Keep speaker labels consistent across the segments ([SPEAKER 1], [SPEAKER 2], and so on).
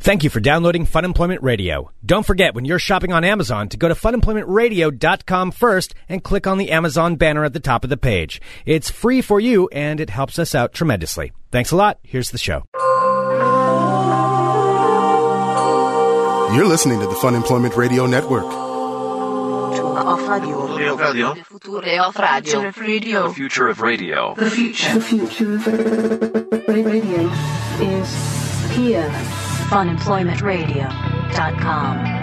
[SPEAKER 1] Thank you for downloading Fun Employment Radio. Don't forget when you're shopping on Amazon to go to funemploymentradio.com first and click on the Amazon banner at the top of the page. It's free for you and it helps us out tremendously. Thanks a lot. Here's the show.
[SPEAKER 2] You're listening to the Fun Employment Radio Network.
[SPEAKER 3] Off radio.
[SPEAKER 4] Future radio.
[SPEAKER 3] Future off radio.
[SPEAKER 4] The future of radio.
[SPEAKER 3] The future.
[SPEAKER 5] The future of radio is here.
[SPEAKER 6] funemploymentradio.com.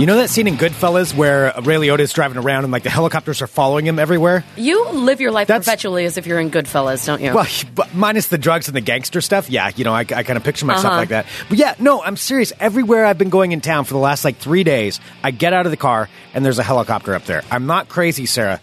[SPEAKER 1] You know that scene in Goodfellas where Ray Liotta is driving around and like the helicopters are following him everywhere?
[SPEAKER 7] You live your life
[SPEAKER 1] That's-
[SPEAKER 7] perpetually as if you're in Goodfellas, don't you?
[SPEAKER 1] Well, but minus the drugs and the gangster stuff, yeah, you know, I, I kind of picture
[SPEAKER 7] Uh-huh.
[SPEAKER 1] myself like that. But yeah, no, I'm serious. Everywhere I've been going in town for the last like three days, I get out of the car and there's a helicopter up there. I'm not crazy, Sarah.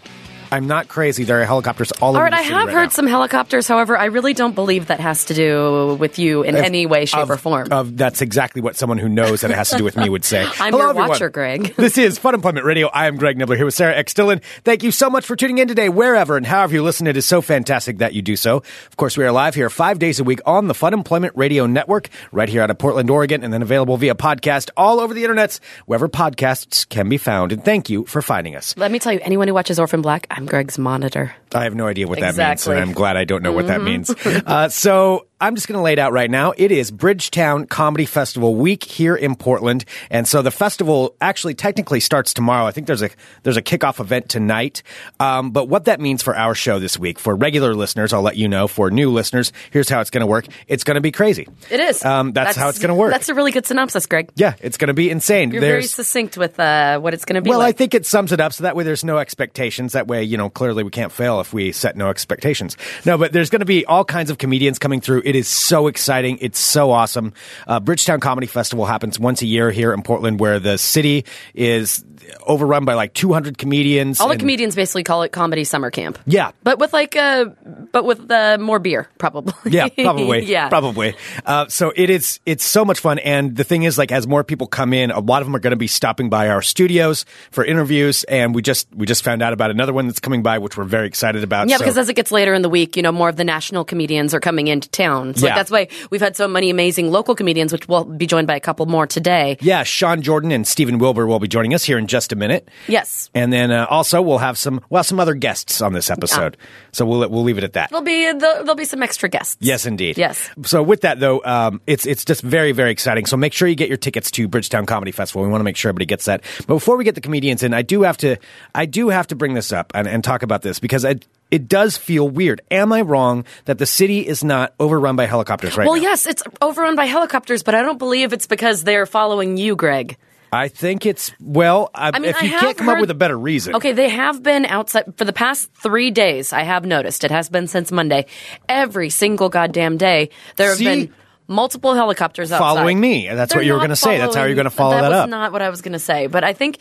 [SPEAKER 1] I'm not crazy. There are helicopters all,
[SPEAKER 7] All
[SPEAKER 1] over
[SPEAKER 7] right,
[SPEAKER 1] the
[SPEAKER 7] I
[SPEAKER 1] city
[SPEAKER 7] have
[SPEAKER 1] right
[SPEAKER 7] heard
[SPEAKER 1] now.
[SPEAKER 7] some helicopters. However, I really don't believe that has to do with you in any way, shape,
[SPEAKER 1] of-
[SPEAKER 7] or form.
[SPEAKER 1] Of, that's exactly what someone who knows that it has to do with me would say.
[SPEAKER 7] I'm
[SPEAKER 1] Hello,
[SPEAKER 7] your
[SPEAKER 1] everyone.
[SPEAKER 7] watcher, Greg.
[SPEAKER 1] this is Fun Employment Radio. I am Greg Nibbler here with Sarah X. Dillon. Thank you so much for tuning in today, wherever and however you listen. It is so fantastic that you do so. Of course, we are live here five days a week on the Fun Employment Radio Network, right here out of Portland, Oregon, and then available via podcast all over the internets, wherever podcasts can be found. And thank you for finding us.
[SPEAKER 7] Let me tell you, anyone who watches Orphan Black, I'm Greg's monitor.
[SPEAKER 1] I have no idea what that means,
[SPEAKER 7] Exactly. Mm-hmm.
[SPEAKER 1] and I'm glad I don't know what that means. Uh, so I'm just going to lay it out right now. It is Bridgetown Comedy Festival week here in Portland, and so the festival actually technically starts tomorrow. I think there's a there's a kickoff event tonight. Um, but what that means for our show this week, for regular listeners, I'll let you know. For new listeners, here's how it's going to work. It's going to be crazy.
[SPEAKER 7] It is.
[SPEAKER 1] Um, that's, how it's going to work.
[SPEAKER 7] That's a really good synopsis, Greg.
[SPEAKER 1] yeah, it's going to be insane.
[SPEAKER 7] You're very
[SPEAKER 1] There's-
[SPEAKER 7] succinct with uh, what it's going to be
[SPEAKER 1] well,
[SPEAKER 7] like.
[SPEAKER 1] I think it sums it up. So that way, there's no expectations. That way, you know, clearly we can't fail if we set no expectations. No, but there's going to be all kinds of comedians coming through. It is so exciting. It's so awesome. Uh, Bridgetown Comedy Festival happens once a year here in Portland, where the city is overrun by like 200 comedians.
[SPEAKER 7] all the
[SPEAKER 1] and-
[SPEAKER 7] comedians basically call it comedy summer camp.
[SPEAKER 1] Yeah.
[SPEAKER 7] but with like, uh, but with uh, more beer, probably.
[SPEAKER 1] Yeah, probably.
[SPEAKER 7] yeah,
[SPEAKER 1] probably. Uh, so it is. It's so much fun, and the thing is, like, as more people come in, a lot of them are going to be stopping by our studios for interviews, and we just we just found out about another one that's coming by, which we're very excited about.
[SPEAKER 7] Yeah,
[SPEAKER 1] So-
[SPEAKER 7] because as it gets later in the week, you know, more of the national comedians are coming into town. So like,
[SPEAKER 1] Yeah.
[SPEAKER 7] that's why we've had so many amazing local comedians, which will be joined by a couple more today.
[SPEAKER 1] Yeah, Sean Jordan and Stephen Wilbur will be joining us here in just a minute.
[SPEAKER 7] Yes.
[SPEAKER 1] And then uh, also we'll have some well some other guests on this episode. So we'll we'll leave it at that.
[SPEAKER 7] There'll be there'll, there'll be some extra guests.
[SPEAKER 1] Yes, indeed.
[SPEAKER 7] Yes.
[SPEAKER 1] So with that though, um, it's it's just very very exciting. So make sure you get your tickets to Bridgetown Comedy Festival. We want to make sure everybody gets that. But before we get the comedians in, I do have to I do have to bring this up and, and talk about this because I, it does feel weird. Am I wrong that the city is not overrun by helicopters right
[SPEAKER 7] Well,
[SPEAKER 1] now?
[SPEAKER 7] yes, it's overrun by helicopters, but I don't believe it's because they're following you, Greg.
[SPEAKER 1] I think it's well. I,
[SPEAKER 7] mean,
[SPEAKER 1] if
[SPEAKER 7] I
[SPEAKER 1] you
[SPEAKER 7] have
[SPEAKER 1] can't come up
[SPEAKER 7] heard-
[SPEAKER 1] with a better reason,
[SPEAKER 7] Okay, they have been outside for the past three days. I have noticed it has been since Monday. Every single goddamn day, there have
[SPEAKER 1] See?
[SPEAKER 7] been multiple helicopters outside.
[SPEAKER 1] Following me. That's what you were
[SPEAKER 7] not
[SPEAKER 1] gonna say. That's how you're gonna follow that
[SPEAKER 7] was
[SPEAKER 1] up.
[SPEAKER 7] Not what I was going to say, but I think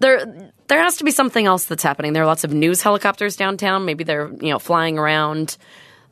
[SPEAKER 7] there there has to be something else that's happening. There are lots of news helicopters downtown. Maybe they're you know flying around.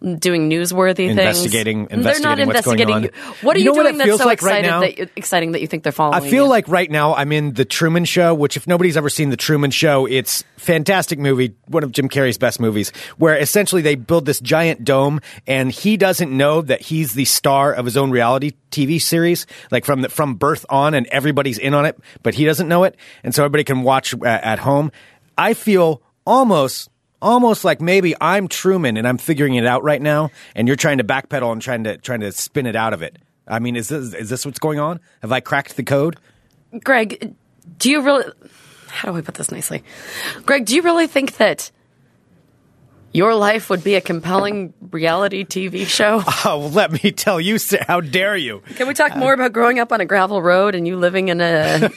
[SPEAKER 7] Doing newsworthy
[SPEAKER 1] Investigating-
[SPEAKER 7] things. They're not
[SPEAKER 1] investigating what's going
[SPEAKER 7] investigating.
[SPEAKER 1] on.
[SPEAKER 7] you. What are
[SPEAKER 1] You
[SPEAKER 7] you,
[SPEAKER 1] know what it
[SPEAKER 7] doing that's
[SPEAKER 1] feels
[SPEAKER 7] so
[SPEAKER 1] like right
[SPEAKER 7] excited
[SPEAKER 1] now?
[SPEAKER 7] that you, exciting that you think they're
[SPEAKER 1] I
[SPEAKER 7] following?
[SPEAKER 1] feel
[SPEAKER 7] you?
[SPEAKER 1] like right now I'm in the Truman Show, which if nobody's ever seen the Truman Show, it's fantastic movie, one of Jim Carrey's best movies, where essentially they build this giant dome and he doesn't know that he's the star of his own reality TV series, like from the, from birth on, and everybody's in on it, but he doesn't know it, and so everybody can watch uh, at home. I feel almost. Almost like maybe I'm Truman and I'm figuring it out right now, and you're trying to backpedal and trying to trying to spin it out of it. I mean, is this is this what's going on? Have I cracked the code?
[SPEAKER 7] Greg, do you really? How do I put this nicely? Greg, do you really think that your life would be a compelling reality TV show?
[SPEAKER 1] Oh, well, let me tell you, sir, how dare you?
[SPEAKER 7] Can we talk more about growing up on a gravel road and you living in a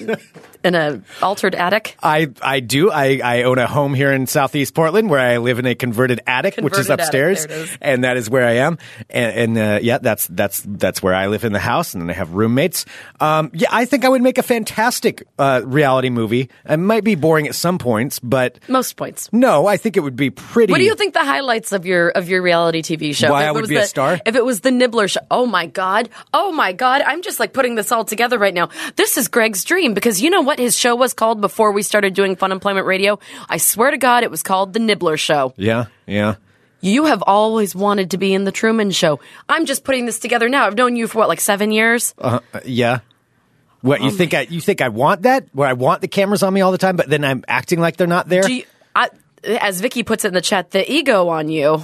[SPEAKER 7] in a altered attic?
[SPEAKER 1] I, I do. I, I own a home here in Southeast Portland where I live in a converted attic, which is
[SPEAKER 7] Converted attic,
[SPEAKER 1] upstairs,
[SPEAKER 7] there it is.
[SPEAKER 1] and that is where I am. And, and uh, yeah, that's that's that's where I live in the house, and then I have roommates. Um, yeah, I think I would make a fantastic uh, reality movie. It might be boring at some points, but
[SPEAKER 7] Most points.
[SPEAKER 1] no, I think it would be pretty.
[SPEAKER 7] What do you think the highlights of your of your reality TV show?
[SPEAKER 1] Why
[SPEAKER 7] If
[SPEAKER 1] I
[SPEAKER 7] it
[SPEAKER 1] would
[SPEAKER 7] was
[SPEAKER 1] be a
[SPEAKER 7] the-
[SPEAKER 1] star?
[SPEAKER 7] If it was the Nibbler show. Oh my god! Oh my god! I'm just like putting this all together right now. This is Greg's dream because you know what his show was called before we started doing Fun Employment Radio. I swear to God, it was called the Nibbler Show.
[SPEAKER 1] Yeah, yeah.
[SPEAKER 7] You have always wanted to be in the Truman Show. I'm just putting this together now. I've known you for what, like seven years?
[SPEAKER 1] Uh, yeah. What
[SPEAKER 7] Um,
[SPEAKER 1] you think I you think I want that? Where I want the cameras on me all the time, but then I'm acting like they're not there.
[SPEAKER 7] Do you, I, as Vicky puts it in the chat, the ego on you.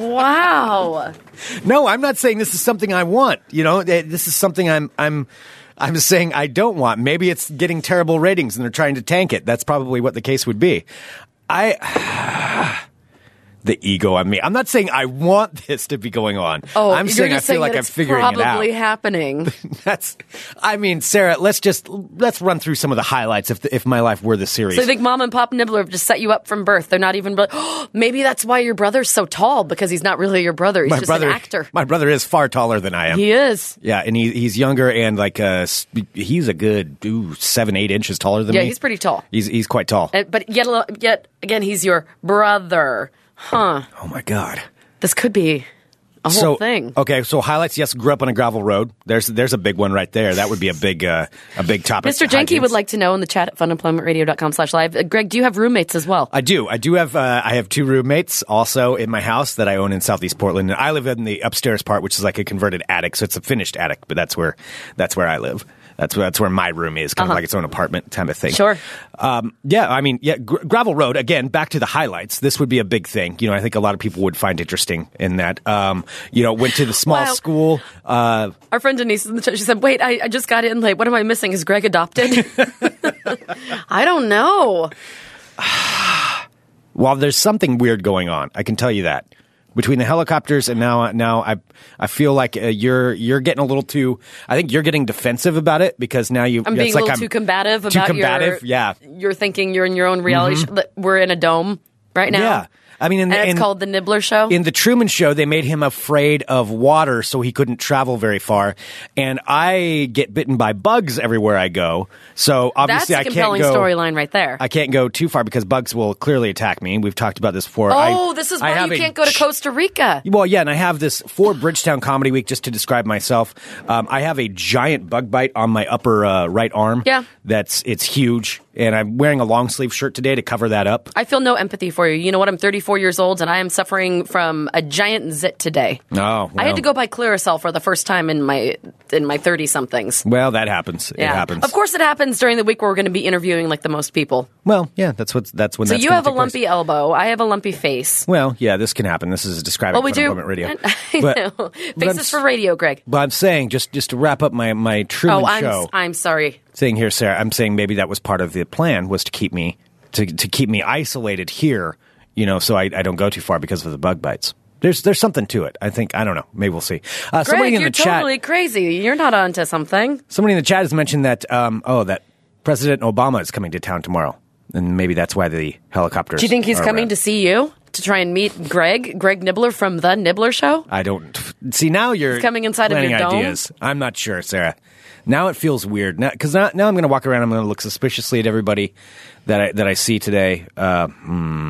[SPEAKER 7] wow.
[SPEAKER 1] no, I'm not saying this is something I want. You know, th- this is something I'm I'm I'm saying I don't want. Maybe it's getting terrible ratings and they're trying to tank it. That's probably what the case would be. I the ego on me. I'm not saying I want this to be going on.
[SPEAKER 7] Oh,
[SPEAKER 1] I'm
[SPEAKER 7] you're
[SPEAKER 1] saying I
[SPEAKER 7] just
[SPEAKER 1] feel
[SPEAKER 7] saying
[SPEAKER 1] like
[SPEAKER 7] that
[SPEAKER 1] I'm
[SPEAKER 7] it's
[SPEAKER 1] figuring it out.
[SPEAKER 7] Probably happening.
[SPEAKER 1] That's I mean, Sarah, let's just let's run through some of the highlights if the, if my life were the series.
[SPEAKER 7] So you think mom and pop nibbler have just set you up from birth? They're not even. Oh, maybe that's why your brother's so tall because he's not really your brother. He's
[SPEAKER 1] my
[SPEAKER 7] just
[SPEAKER 1] brother
[SPEAKER 7] an actor.
[SPEAKER 1] My brother is far taller than I am.
[SPEAKER 7] he is.
[SPEAKER 1] Yeah, and he he's younger and like uh s- he's a good ooh, seven eight inches taller than
[SPEAKER 7] Yeah,
[SPEAKER 1] me.
[SPEAKER 7] he's pretty tall.
[SPEAKER 1] He's he's quite tall.
[SPEAKER 7] And- But yet, al- yet again, he's your brother, huh?
[SPEAKER 1] oh my god.
[SPEAKER 7] This could be a
[SPEAKER 1] so
[SPEAKER 7] whole thing.
[SPEAKER 1] okay, so highlights. Yes, grew up on a gravel road. There's there's a big one right there. That would be a big uh, a big topic.
[SPEAKER 7] Mr. Jenke
[SPEAKER 1] Hijinks.
[SPEAKER 7] would like to know in the chat at funemploymentradio.com slash live. Uh, Greg, do you have roommates as well?
[SPEAKER 1] I do. I do have. Uh, I have two roommates also in my house that I own in Southeast Portland. And I live in the upstairs part, which is like a converted attic, so it's a finished attic. But that's where that's where I live. That's where, that's where my room is, kind of like its own apartment type of thing.
[SPEAKER 7] Sure.
[SPEAKER 1] Um, yeah, I mean, yeah, gr- gravel road again. Back to the highlights. This would be a big thing. You know, I think a lot of people would find interesting in that. Um, you know, went to the small
[SPEAKER 7] Wow.
[SPEAKER 1] school. Uh,
[SPEAKER 7] Our friend Denise in the chat, she said, wait, I, I just got in late. What am I missing? Is Greg adopted? I don't know.
[SPEAKER 1] while there's something weird going on, I can tell you that between the helicopters and now, now I, I feel like uh, you're you're getting a little too. I think you're getting defensive about it because now you.
[SPEAKER 7] I'm
[SPEAKER 1] it's
[SPEAKER 7] being a
[SPEAKER 1] like
[SPEAKER 7] little
[SPEAKER 1] I'm
[SPEAKER 7] too combative
[SPEAKER 1] too
[SPEAKER 7] about
[SPEAKER 1] combative,
[SPEAKER 7] your.
[SPEAKER 1] yeah. Mm-hmm.
[SPEAKER 7] You're thinking you're in your own reality. Show, but we're in a dome right now.
[SPEAKER 1] Yeah, I mean, in
[SPEAKER 7] And,
[SPEAKER 1] the,
[SPEAKER 7] it's
[SPEAKER 1] in-
[SPEAKER 7] called The Nibbler Show.
[SPEAKER 1] in the Truman Show, they made him afraid of water, so he couldn't travel very far. And I get bitten by bugs everywhere I go, so
[SPEAKER 7] That's
[SPEAKER 1] obviously
[SPEAKER 7] a
[SPEAKER 1] I can't
[SPEAKER 7] compelling
[SPEAKER 1] go.
[SPEAKER 7] storyline right there.
[SPEAKER 1] I can't go too far because bugs will clearly attack me. We've talked about this before. I-
[SPEAKER 7] oh, this is
[SPEAKER 1] I
[SPEAKER 7] why
[SPEAKER 1] have
[SPEAKER 7] you
[SPEAKER 1] a
[SPEAKER 7] can't go to Costa Rica.
[SPEAKER 1] Well, yeah, and I have this for Bridgetown Comedy Week. Just to describe myself, um, I have a giant bug bite on my upper uh, right arm.
[SPEAKER 7] Yeah.
[SPEAKER 1] that's it's huge, and I'm wearing a long sleeve shirt today to cover that up.
[SPEAKER 7] I feel no empathy for you. You know what? I'm 34 years old and I am suffering from a giant zit today.
[SPEAKER 1] Oh, well,
[SPEAKER 7] I had to go buy Clearasil for the first time in my in my 30 somethings.
[SPEAKER 1] Well, that happens. It happens.
[SPEAKER 7] Of course, it happens during the week where we're going to be interviewing like the most people.
[SPEAKER 1] Well, yeah, that's what that's when.
[SPEAKER 7] So
[SPEAKER 1] that's
[SPEAKER 7] you
[SPEAKER 1] gonna
[SPEAKER 7] have a
[SPEAKER 1] take place.
[SPEAKER 7] lumpy elbow. I have a lumpy face.
[SPEAKER 1] Well, yeah, this can happen. This is describing
[SPEAKER 7] Well, we
[SPEAKER 1] Fun
[SPEAKER 7] do.
[SPEAKER 1] Employment radio.
[SPEAKER 7] I
[SPEAKER 1] but,
[SPEAKER 7] know.
[SPEAKER 1] but I'm
[SPEAKER 7] Faces
[SPEAKER 1] s-
[SPEAKER 7] for radio, Greg.
[SPEAKER 1] But I'm saying just just to wrap up my my Truman
[SPEAKER 7] Oh, I'm
[SPEAKER 1] show
[SPEAKER 7] I'm sorry.
[SPEAKER 1] thing here, Sarah. I'm saying maybe that was part of the plan was to keep me to to keep me isolated here, you know, so I, I don't go too far because of the bug bites. There's there's something to it. I think I don't know. Maybe we'll see. Uh,
[SPEAKER 7] Greg,
[SPEAKER 1] somebody in
[SPEAKER 7] you're
[SPEAKER 1] the chat.
[SPEAKER 7] totally crazy. You're not onto something.
[SPEAKER 1] Somebody in the chat has mentioned that. Um, oh, that President Obama is coming to town tomorrow, and maybe that's why the helicopters.
[SPEAKER 7] Do you think he's
[SPEAKER 1] are
[SPEAKER 7] coming
[SPEAKER 1] around.
[SPEAKER 7] to see you to try and meet Greg, Greg Nibbler from the Nibbler Show?
[SPEAKER 1] I don't see now. You're
[SPEAKER 7] coming inside of
[SPEAKER 1] planning
[SPEAKER 7] your dome?
[SPEAKER 1] ideas. I'm not sure, Sarah. Now it feels weird. Now because now, now I'm going to walk around. I'm going to look suspiciously at everybody that I, that I see today. Uh,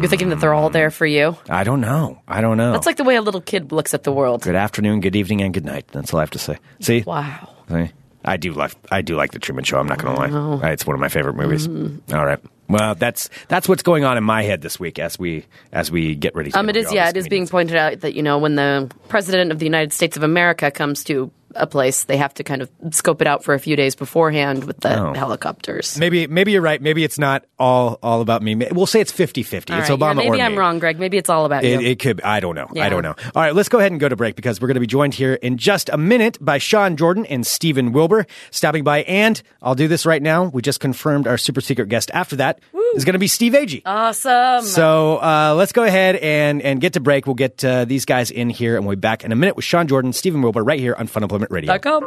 [SPEAKER 7] You're thinking that they're all
[SPEAKER 1] Mm.
[SPEAKER 7] there for you.
[SPEAKER 1] I don't know. I don't know.
[SPEAKER 7] That's like the way a little kid looks at the world.
[SPEAKER 1] good afternoon, good evening, and good night. That's all I have to say. See,
[SPEAKER 7] Wow.
[SPEAKER 1] See? I do like I do like the Truman Show. I'm not going to lie. Uh, It's one of my favorite movies.
[SPEAKER 7] Mm.
[SPEAKER 1] All right. Well, that's that's what's going on in my head this week as we as we get ready. to
[SPEAKER 7] Um, it
[SPEAKER 1] interview
[SPEAKER 7] is,
[SPEAKER 1] all
[SPEAKER 7] yeah,
[SPEAKER 1] these
[SPEAKER 7] it is being
[SPEAKER 1] comedians.
[SPEAKER 7] pointed out that, you know, when the president of the United States of America comes to a place, they have to kind of scope it out for a few days beforehand with the helicopters.
[SPEAKER 1] Oh. Maybe maybe you're right. Maybe it's not all all about me. May- We'll say it's 50-50.
[SPEAKER 7] All
[SPEAKER 1] it's
[SPEAKER 7] right, yeah,
[SPEAKER 1] Obama or
[SPEAKER 7] maybe I'm
[SPEAKER 1] me.
[SPEAKER 7] wrong, Greg. Maybe it's all about
[SPEAKER 1] It,
[SPEAKER 7] you.
[SPEAKER 1] it could. I don't know.
[SPEAKER 7] Yeah.
[SPEAKER 1] I don't know. All right, let's go ahead and go to break because we're going to be joined here in just a minute by Sean Jordan and Stephen Wilbur stopping by. And I'll do this right now. We just confirmed our super secret guest after that is going to be Steve Agee.
[SPEAKER 7] awesome.
[SPEAKER 1] so uh, let's go ahead and, and get to break. We'll get uh, these guys in here and we'll be back in a minute with Sean Jordan, Stephen Wilbur right here on Fun Employment Radio.
[SPEAKER 7] Dot com.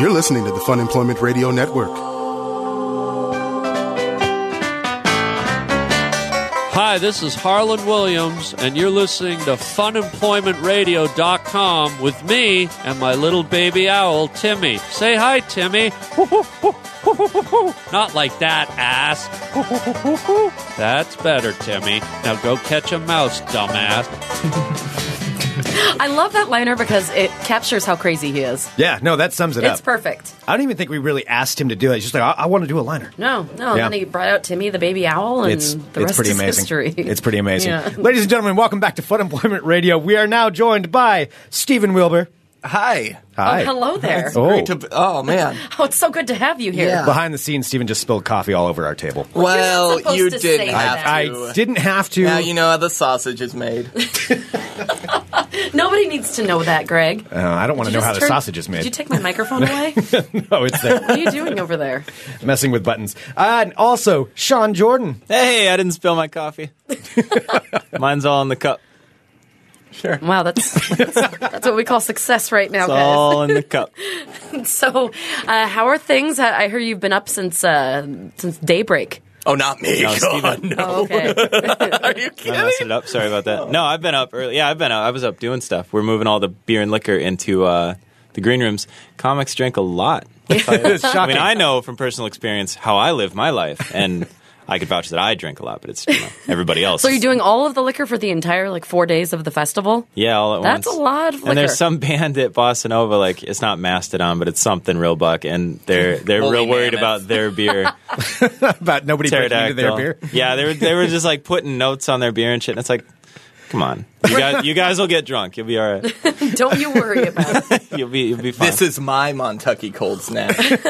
[SPEAKER 2] You're listening to the Fun Employment Radio Network.
[SPEAKER 6] Hi, this is Harlan Williams, and you're listening to FunEmploymentRadio.com with me and my little baby owl, Timmy. Say hi, Timmy. Not like that, ass. That's better, Timmy. Now go catch a mouse, dumbass.
[SPEAKER 7] I love that liner because it captures how crazy he is.
[SPEAKER 1] Yeah, no, that sums it
[SPEAKER 7] It's
[SPEAKER 1] up.
[SPEAKER 7] perfect.
[SPEAKER 1] I don't even think we really asked him to do that. He's just like, I, I want to do a liner.
[SPEAKER 7] No, no. And
[SPEAKER 1] Yeah.
[SPEAKER 7] then he brought out Timmy the baby owl, and
[SPEAKER 1] It's,
[SPEAKER 7] the
[SPEAKER 1] it's
[SPEAKER 7] rest
[SPEAKER 1] pretty
[SPEAKER 7] is
[SPEAKER 1] amazing.
[SPEAKER 7] history.
[SPEAKER 1] It's pretty amazing.
[SPEAKER 7] Yeah.
[SPEAKER 1] Ladies and gentlemen, welcome back to Fun Employment Radio. We are now joined by Stephen Wilbur.
[SPEAKER 8] Hi.
[SPEAKER 1] Hi.
[SPEAKER 7] Oh, hello there.
[SPEAKER 1] Oh.
[SPEAKER 8] Great to, oh man.
[SPEAKER 7] Oh, it's so good to have you here.
[SPEAKER 8] Yeah.
[SPEAKER 1] Behind the scenes, Stephen just spilled coffee all over our table.
[SPEAKER 8] Well,
[SPEAKER 7] supposed
[SPEAKER 8] you
[SPEAKER 7] to
[SPEAKER 8] didn't
[SPEAKER 7] say
[SPEAKER 8] have
[SPEAKER 7] that.
[SPEAKER 1] I
[SPEAKER 8] to. uh,
[SPEAKER 1] didn't have to.
[SPEAKER 8] Now you know how the sausage is made.
[SPEAKER 7] Nobody needs to know that, Greg.
[SPEAKER 1] Uh, I don't want to know how the sausage is
[SPEAKER 7] Did you
[SPEAKER 1] made.
[SPEAKER 7] take my microphone away? what
[SPEAKER 1] No, it's there.
[SPEAKER 7] are you doing over there?
[SPEAKER 1] messing with buttons. Uh, and also, Sean Jordan.
[SPEAKER 9] Hey, I didn't spill my coffee. Mine's all in the cup.
[SPEAKER 7] Wow, that's that's, that's what we call success right now,
[SPEAKER 9] It's
[SPEAKER 7] guys.
[SPEAKER 9] all in the cup.
[SPEAKER 7] So, uh, how are things? I I hear you've been up since uh, since daybreak.
[SPEAKER 8] Oh, not me.
[SPEAKER 9] No, Steven.
[SPEAKER 8] God, no.
[SPEAKER 7] Oh, okay.
[SPEAKER 8] Are you
[SPEAKER 9] I
[SPEAKER 8] kidding?
[SPEAKER 9] messed it up. Sorry about that. No, I've been up early. Yeah, I've been up. I was up doing stuff. We're moving all the beer and liquor into uh, the green rooms. Comics drink a lot.
[SPEAKER 1] It's
[SPEAKER 9] I
[SPEAKER 1] shocking.
[SPEAKER 9] mean, I know from personal experience how I live my life, and I could vouch that I drink a lot, but it's you know, everybody else.
[SPEAKER 7] so you're doing all of the liquor for the entire like four days of the festival?
[SPEAKER 9] Yeah, all at
[SPEAKER 7] That's
[SPEAKER 9] once.
[SPEAKER 7] a lot of
[SPEAKER 9] And
[SPEAKER 7] liquor.
[SPEAKER 9] there's some band at Bossa Nova, like it's not Mastodon, but it's something real buck, and they're they're
[SPEAKER 8] Holy
[SPEAKER 9] real worried
[SPEAKER 8] Mammoth.
[SPEAKER 9] about their beer.
[SPEAKER 1] About nobody breaking into their
[SPEAKER 9] Pterodactyl.
[SPEAKER 1] beer.
[SPEAKER 9] Yeah, they were they were just like putting notes on their beer and shit. And it's like, come on, you guys, you guys will get drunk. You'll be all right.
[SPEAKER 7] Don't you worry about it.
[SPEAKER 9] You'll be you'll be fine.
[SPEAKER 8] This is my Montucky cold snack. it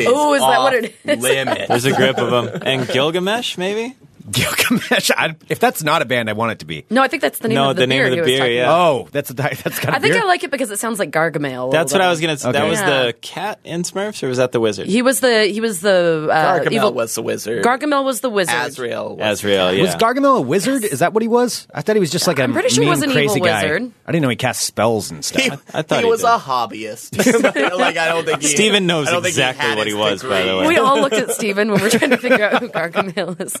[SPEAKER 8] is.
[SPEAKER 7] Oh, is that
[SPEAKER 8] off
[SPEAKER 7] what it is?
[SPEAKER 8] Limit.
[SPEAKER 9] There's a grip of them and Gilgamesh maybe.
[SPEAKER 1] Gilgamesh. I, if that's not a band, I want it to be.
[SPEAKER 7] No, I think that's the name
[SPEAKER 9] No,
[SPEAKER 7] of the,
[SPEAKER 9] the name
[SPEAKER 7] beer.
[SPEAKER 9] of the
[SPEAKER 7] he was
[SPEAKER 9] beer,
[SPEAKER 7] talking
[SPEAKER 9] yeah.
[SPEAKER 7] about.
[SPEAKER 1] Oh, that's a, that's got.
[SPEAKER 7] I think I like it because it sounds like Gargamel. a
[SPEAKER 9] That's
[SPEAKER 7] little
[SPEAKER 9] what I
[SPEAKER 7] bit.
[SPEAKER 9] was gonna. say.
[SPEAKER 1] Okay.
[SPEAKER 9] That was
[SPEAKER 7] Yeah.
[SPEAKER 9] the cat in Smurfs, or was that the wizard?
[SPEAKER 7] He was the he was the uh,
[SPEAKER 8] Gargamel
[SPEAKER 7] evil.
[SPEAKER 8] was the wizard.
[SPEAKER 7] Gargamel was the wizard.
[SPEAKER 8] Azrael. Was
[SPEAKER 9] Azrael. Yeah.
[SPEAKER 1] Was Gargamel a wizard? Is that what he was? I thought he was just like a
[SPEAKER 7] I'm pretty sure
[SPEAKER 1] mean,
[SPEAKER 7] he was an
[SPEAKER 1] crazy
[SPEAKER 7] evil
[SPEAKER 1] guy.
[SPEAKER 7] wizard.
[SPEAKER 1] I didn't know he cast spells and stuff.
[SPEAKER 8] He,
[SPEAKER 9] I thought
[SPEAKER 8] he
[SPEAKER 9] he
[SPEAKER 8] was
[SPEAKER 9] did.
[SPEAKER 8] a hobbyist. like I don't think he,
[SPEAKER 9] Steven knows
[SPEAKER 8] I don't think
[SPEAKER 9] exactly
[SPEAKER 8] had
[SPEAKER 9] what he
[SPEAKER 8] his
[SPEAKER 9] was, by the
[SPEAKER 8] degree.
[SPEAKER 9] way.
[SPEAKER 7] We all looked at Steven when we were trying to figure out who Gargamel is.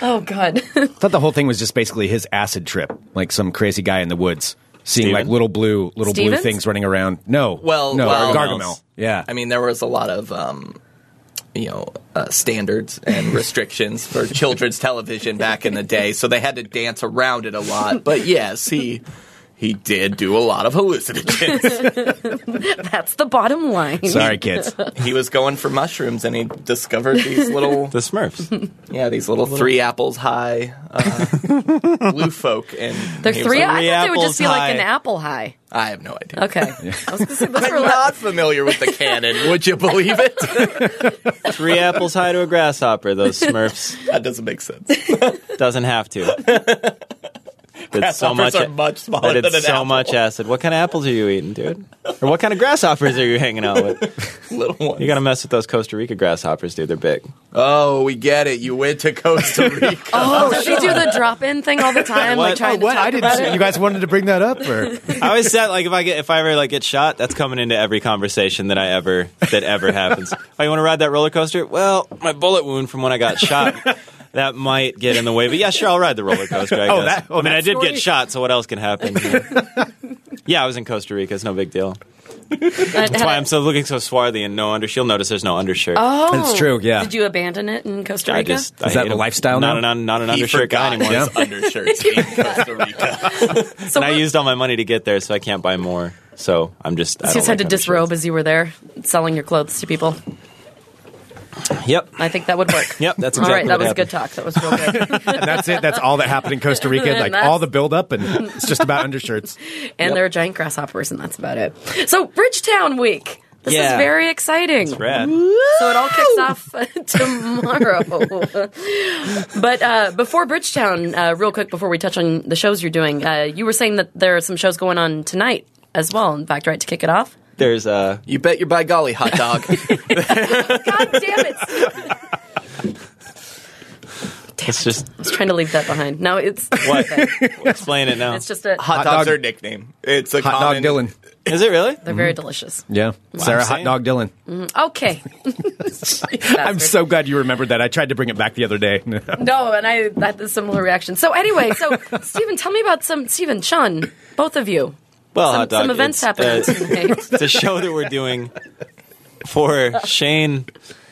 [SPEAKER 7] Oh God.
[SPEAKER 1] I thought the whole thing was just basically his acid trip, like some crazy guy in the woods seeing
[SPEAKER 9] Steven?
[SPEAKER 1] like little blue little blue
[SPEAKER 7] Stevens?
[SPEAKER 1] things running around. No,
[SPEAKER 8] Well,
[SPEAKER 1] no,
[SPEAKER 8] well-
[SPEAKER 1] Gargamel. Yeah,
[SPEAKER 8] I mean, there was a lot of, um, you know, uh, standards and restrictions for children's television back in the day, so they had to dance around it a lot. But yes, he he did do a lot of hallucinogens.
[SPEAKER 7] That's the bottom line.
[SPEAKER 1] sorry kids.
[SPEAKER 8] he was going for mushrooms, and he discovered these little,
[SPEAKER 9] the Smurfs.
[SPEAKER 8] yeah, these little three apples high uh, blue folk. And
[SPEAKER 7] They're
[SPEAKER 8] he was
[SPEAKER 7] three.
[SPEAKER 8] like,
[SPEAKER 7] I thought they would
[SPEAKER 9] apples
[SPEAKER 7] just be like
[SPEAKER 9] high.
[SPEAKER 7] an apple high.
[SPEAKER 8] I have no idea.
[SPEAKER 7] Okay. I was gonna say those were
[SPEAKER 8] I'm
[SPEAKER 7] like,
[SPEAKER 8] not familiar with the canon. Would you believe it?
[SPEAKER 9] Three apples high to a grasshopper. Those Smurfs
[SPEAKER 8] that doesn't make sense.
[SPEAKER 9] doesn't have to. It's so much.
[SPEAKER 8] Grasshoppers are much smaller
[SPEAKER 9] That it's
[SPEAKER 8] than an
[SPEAKER 9] so
[SPEAKER 8] apple.
[SPEAKER 9] much acid. What kind of apples are you eating, dude? Or what kind of grasshoppers are you hanging out with?
[SPEAKER 8] Little one.
[SPEAKER 9] You gotta mess with those Costa Rica grasshoppers, dude. They're big.
[SPEAKER 8] Oh, we get it. You went to Costa Rica.
[SPEAKER 7] oh, they do the drop in thing all the time, like
[SPEAKER 9] What?
[SPEAKER 7] trying to
[SPEAKER 1] what
[SPEAKER 7] talk
[SPEAKER 1] I didn't.
[SPEAKER 7] about
[SPEAKER 1] see-
[SPEAKER 7] it.
[SPEAKER 1] You guys wanted to bring that up, or
[SPEAKER 9] I always said like if I get if I ever like get shot, that's coming into every conversation that I ever that ever happens. Oh, you want to ride that roller coaster? Well, my bullet wound from when I got shot. That might get in the way, but yeah, sure, I'll ride the roller coaster. I guess.
[SPEAKER 1] Oh, that- oh,
[SPEAKER 9] I mean,
[SPEAKER 1] that
[SPEAKER 9] I did
[SPEAKER 1] story?
[SPEAKER 9] get shot, so what else can happen? Yeah. yeah, I was in Costa Rica. It's no big deal. That's why I'm so looking so swarthy and no under. She'll notice there's no undershirt.
[SPEAKER 7] Oh,
[SPEAKER 1] That's true, yeah.
[SPEAKER 7] Did you abandon it in Costa
[SPEAKER 9] I
[SPEAKER 7] Rica?
[SPEAKER 9] just I
[SPEAKER 1] Is that
[SPEAKER 9] hate
[SPEAKER 1] the
[SPEAKER 9] 'em.
[SPEAKER 1] lifestyle
[SPEAKER 9] Not
[SPEAKER 1] now?
[SPEAKER 9] an not an
[SPEAKER 8] He
[SPEAKER 9] undershirt guy
[SPEAKER 8] forgot
[SPEAKER 9] anymore.
[SPEAKER 8] his undershirts in Costa Rica.
[SPEAKER 7] so
[SPEAKER 9] And I
[SPEAKER 7] what-
[SPEAKER 9] used all my money to get there, so I can't buy more. So I'm just.
[SPEAKER 7] so
[SPEAKER 9] I
[SPEAKER 7] you
[SPEAKER 9] don't
[SPEAKER 7] just had
[SPEAKER 9] like
[SPEAKER 7] to disrobe
[SPEAKER 9] undershirts.
[SPEAKER 7] as you were there, selling your clothes to people.
[SPEAKER 9] Yep.
[SPEAKER 7] I think that would work.
[SPEAKER 9] Yep, that's
[SPEAKER 7] all right.
[SPEAKER 9] exactly
[SPEAKER 7] That
[SPEAKER 9] what
[SPEAKER 7] was
[SPEAKER 9] happened.
[SPEAKER 7] good talk. That was real good.
[SPEAKER 1] and that's it. That's all that happened in Costa Rica. Like
[SPEAKER 7] That's-
[SPEAKER 1] all the build up, and it's just about undershirts.
[SPEAKER 7] and there are giant grasshoppers, and that's about it. So Bridgetown Week. This is
[SPEAKER 9] Yeah.
[SPEAKER 7] very exciting.
[SPEAKER 9] Brad.
[SPEAKER 7] So it all kicks off uh, tomorrow. but uh, before Bridgetown, uh, real quick, before we touch on the shows you're doing, uh, you were saying that there are some shows going on tonight as well. In fact, right to kick it off.
[SPEAKER 9] There's uh,
[SPEAKER 8] You bet your by golly hot dog.
[SPEAKER 7] God damn it! I
[SPEAKER 9] it's just
[SPEAKER 7] was trying to leave that behind. No, it's
[SPEAKER 9] what? Explain it now.
[SPEAKER 7] it's just a.
[SPEAKER 8] Hot,
[SPEAKER 1] Hot
[SPEAKER 8] dog's
[SPEAKER 1] dog-
[SPEAKER 8] her nickname. It's a
[SPEAKER 1] Hot
[SPEAKER 8] common,
[SPEAKER 1] dog Dylan.
[SPEAKER 9] Is it really?
[SPEAKER 7] They're very delicious.
[SPEAKER 1] Yeah, Sarah. Hot
[SPEAKER 9] saying.
[SPEAKER 1] dog Dylan.
[SPEAKER 8] Mm-hmm.
[SPEAKER 7] Okay.
[SPEAKER 1] I'm so glad you remembered that. I tried to bring it back the other day.
[SPEAKER 7] No, and I had a similar reaction. So anyway, so Stephen, tell me about some Stephen Sean, both of you.
[SPEAKER 9] Well,
[SPEAKER 7] Some,
[SPEAKER 9] hot Ah, dog.
[SPEAKER 7] some events
[SPEAKER 9] it's,
[SPEAKER 7] happening
[SPEAKER 9] uh,
[SPEAKER 7] tonight.
[SPEAKER 9] it's a show that we're doing for Shane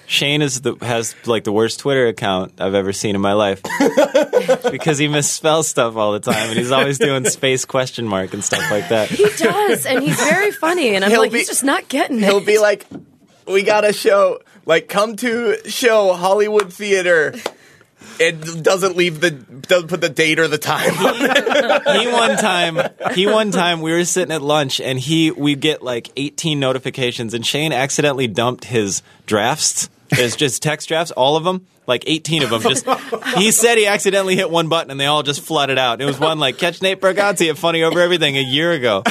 [SPEAKER 9] Shane is the has like the worst Twitter account I've ever seen in my life because he misspells stuff all the time and he's always doing space question mark and stuff like that.
[SPEAKER 7] He does, and he's very funny, and I'm
[SPEAKER 8] He'll
[SPEAKER 7] like,
[SPEAKER 8] be-
[SPEAKER 7] he's just not getting
[SPEAKER 8] He'll
[SPEAKER 7] it.
[SPEAKER 8] be like, "We got to show, like, come to show Hollywood Theater." It doesn't leave the doesn't put the date or the time. on there.
[SPEAKER 9] he one time he one time we were sitting at lunch and he we get like 18 notifications and Shane accidentally dumped his drafts his just text drafts all of them like 18 of them just he said he accidentally hit one button and they all just flooded out it was one like catch Nate Bergazzi at funny over everything a year ago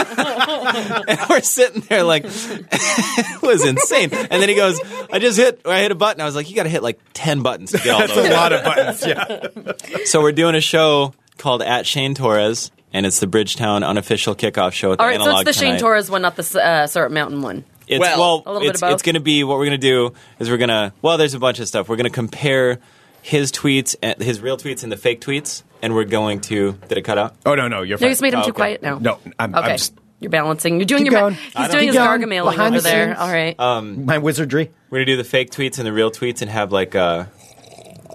[SPEAKER 9] and we're sitting there like it was insane and then he goes I just hit I hit a button I was like you got to hit like 10 buttons to get all those
[SPEAKER 1] a lot of buttons. Yeah.
[SPEAKER 9] so we're doing a show called At Shane Torres, and it's the Bridgetown unofficial kickoff show. At the
[SPEAKER 7] All right, so
[SPEAKER 9] Analog
[SPEAKER 7] it's the Shane
[SPEAKER 9] tonight.
[SPEAKER 7] Torres one, not the uh, Syrup Mountain one.
[SPEAKER 9] It's,
[SPEAKER 8] Well,
[SPEAKER 9] well,
[SPEAKER 7] A little bit
[SPEAKER 9] it's,
[SPEAKER 7] of both.
[SPEAKER 9] it's going to be what we're going to do is we're going to well, there's a bunch of stuff. We're going to compare his tweets, and his real tweets, and the fake tweets, and we're going to. Did it cut out?
[SPEAKER 1] Oh no, no, you're
[SPEAKER 7] No,
[SPEAKER 1] fine.
[SPEAKER 7] you just made him
[SPEAKER 9] Oh,
[SPEAKER 7] too
[SPEAKER 9] okay.
[SPEAKER 7] quiet now.
[SPEAKER 1] No, I'm,
[SPEAKER 7] Okay.
[SPEAKER 1] I'm just,
[SPEAKER 7] You're balancing. You're doing
[SPEAKER 1] Keep
[SPEAKER 7] your.
[SPEAKER 1] going. I
[SPEAKER 7] He's
[SPEAKER 1] don't-
[SPEAKER 7] doing
[SPEAKER 1] Keep
[SPEAKER 7] his
[SPEAKER 1] going.
[SPEAKER 7] gargamailing
[SPEAKER 1] Behind
[SPEAKER 7] over
[SPEAKER 1] the
[SPEAKER 7] there.
[SPEAKER 1] scenes.
[SPEAKER 7] All right.
[SPEAKER 1] my wizardry.
[SPEAKER 9] We're going to do the fake tweets and the real tweets, and have like uh,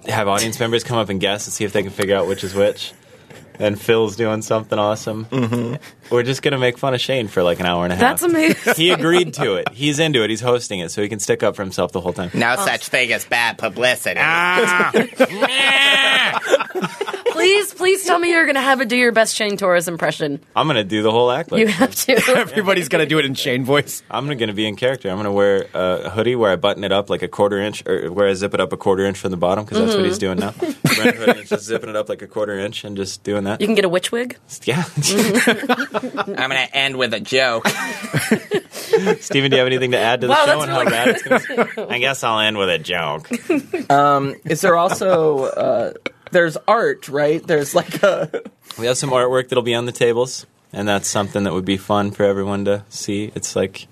[SPEAKER 9] have audience members come up and guess and see if they can figure out which is which. And Phil's doing something awesome. We're just going to make fun of Shane for like an hour and a half.
[SPEAKER 7] That's amazing.
[SPEAKER 9] he agreed to it. He's into it. He's hosting it, so he can stick up for himself the whole time.
[SPEAKER 8] No such thing as bad publicity.
[SPEAKER 7] please, please tell me you're going to have it do your best Shane Torres impression.
[SPEAKER 9] I'm gonna do the whole act. Like
[SPEAKER 7] You
[SPEAKER 9] this.
[SPEAKER 7] have to.
[SPEAKER 1] Everybody's gonna do it in Shane voice.
[SPEAKER 9] I'm gonna- gonna be in character. I'm gonna wear uh, a hoodie where I button it up like a quarter inch, or where I zip it up a quarter inch from the bottom because that's what he's
[SPEAKER 7] Mm-hmm.
[SPEAKER 9] doing now. Wearing a hoodie and just zipping it up like a quarter inch and just doing that.
[SPEAKER 7] You can get a witch wig.
[SPEAKER 9] Yeah.
[SPEAKER 7] Mm-hmm.
[SPEAKER 8] I'm gonna end with a joke.
[SPEAKER 9] Steven, do you have anything to add to the
[SPEAKER 7] Wow,
[SPEAKER 9] show
[SPEAKER 7] that's
[SPEAKER 9] and
[SPEAKER 7] really
[SPEAKER 9] how bad it's gonna? Be? I guess I'll end with a joke.
[SPEAKER 8] Is there also uh, there's art, right? There's like a
[SPEAKER 9] We have some artwork that'll be on the tables, and that's something that would be fun for everyone to see. It's like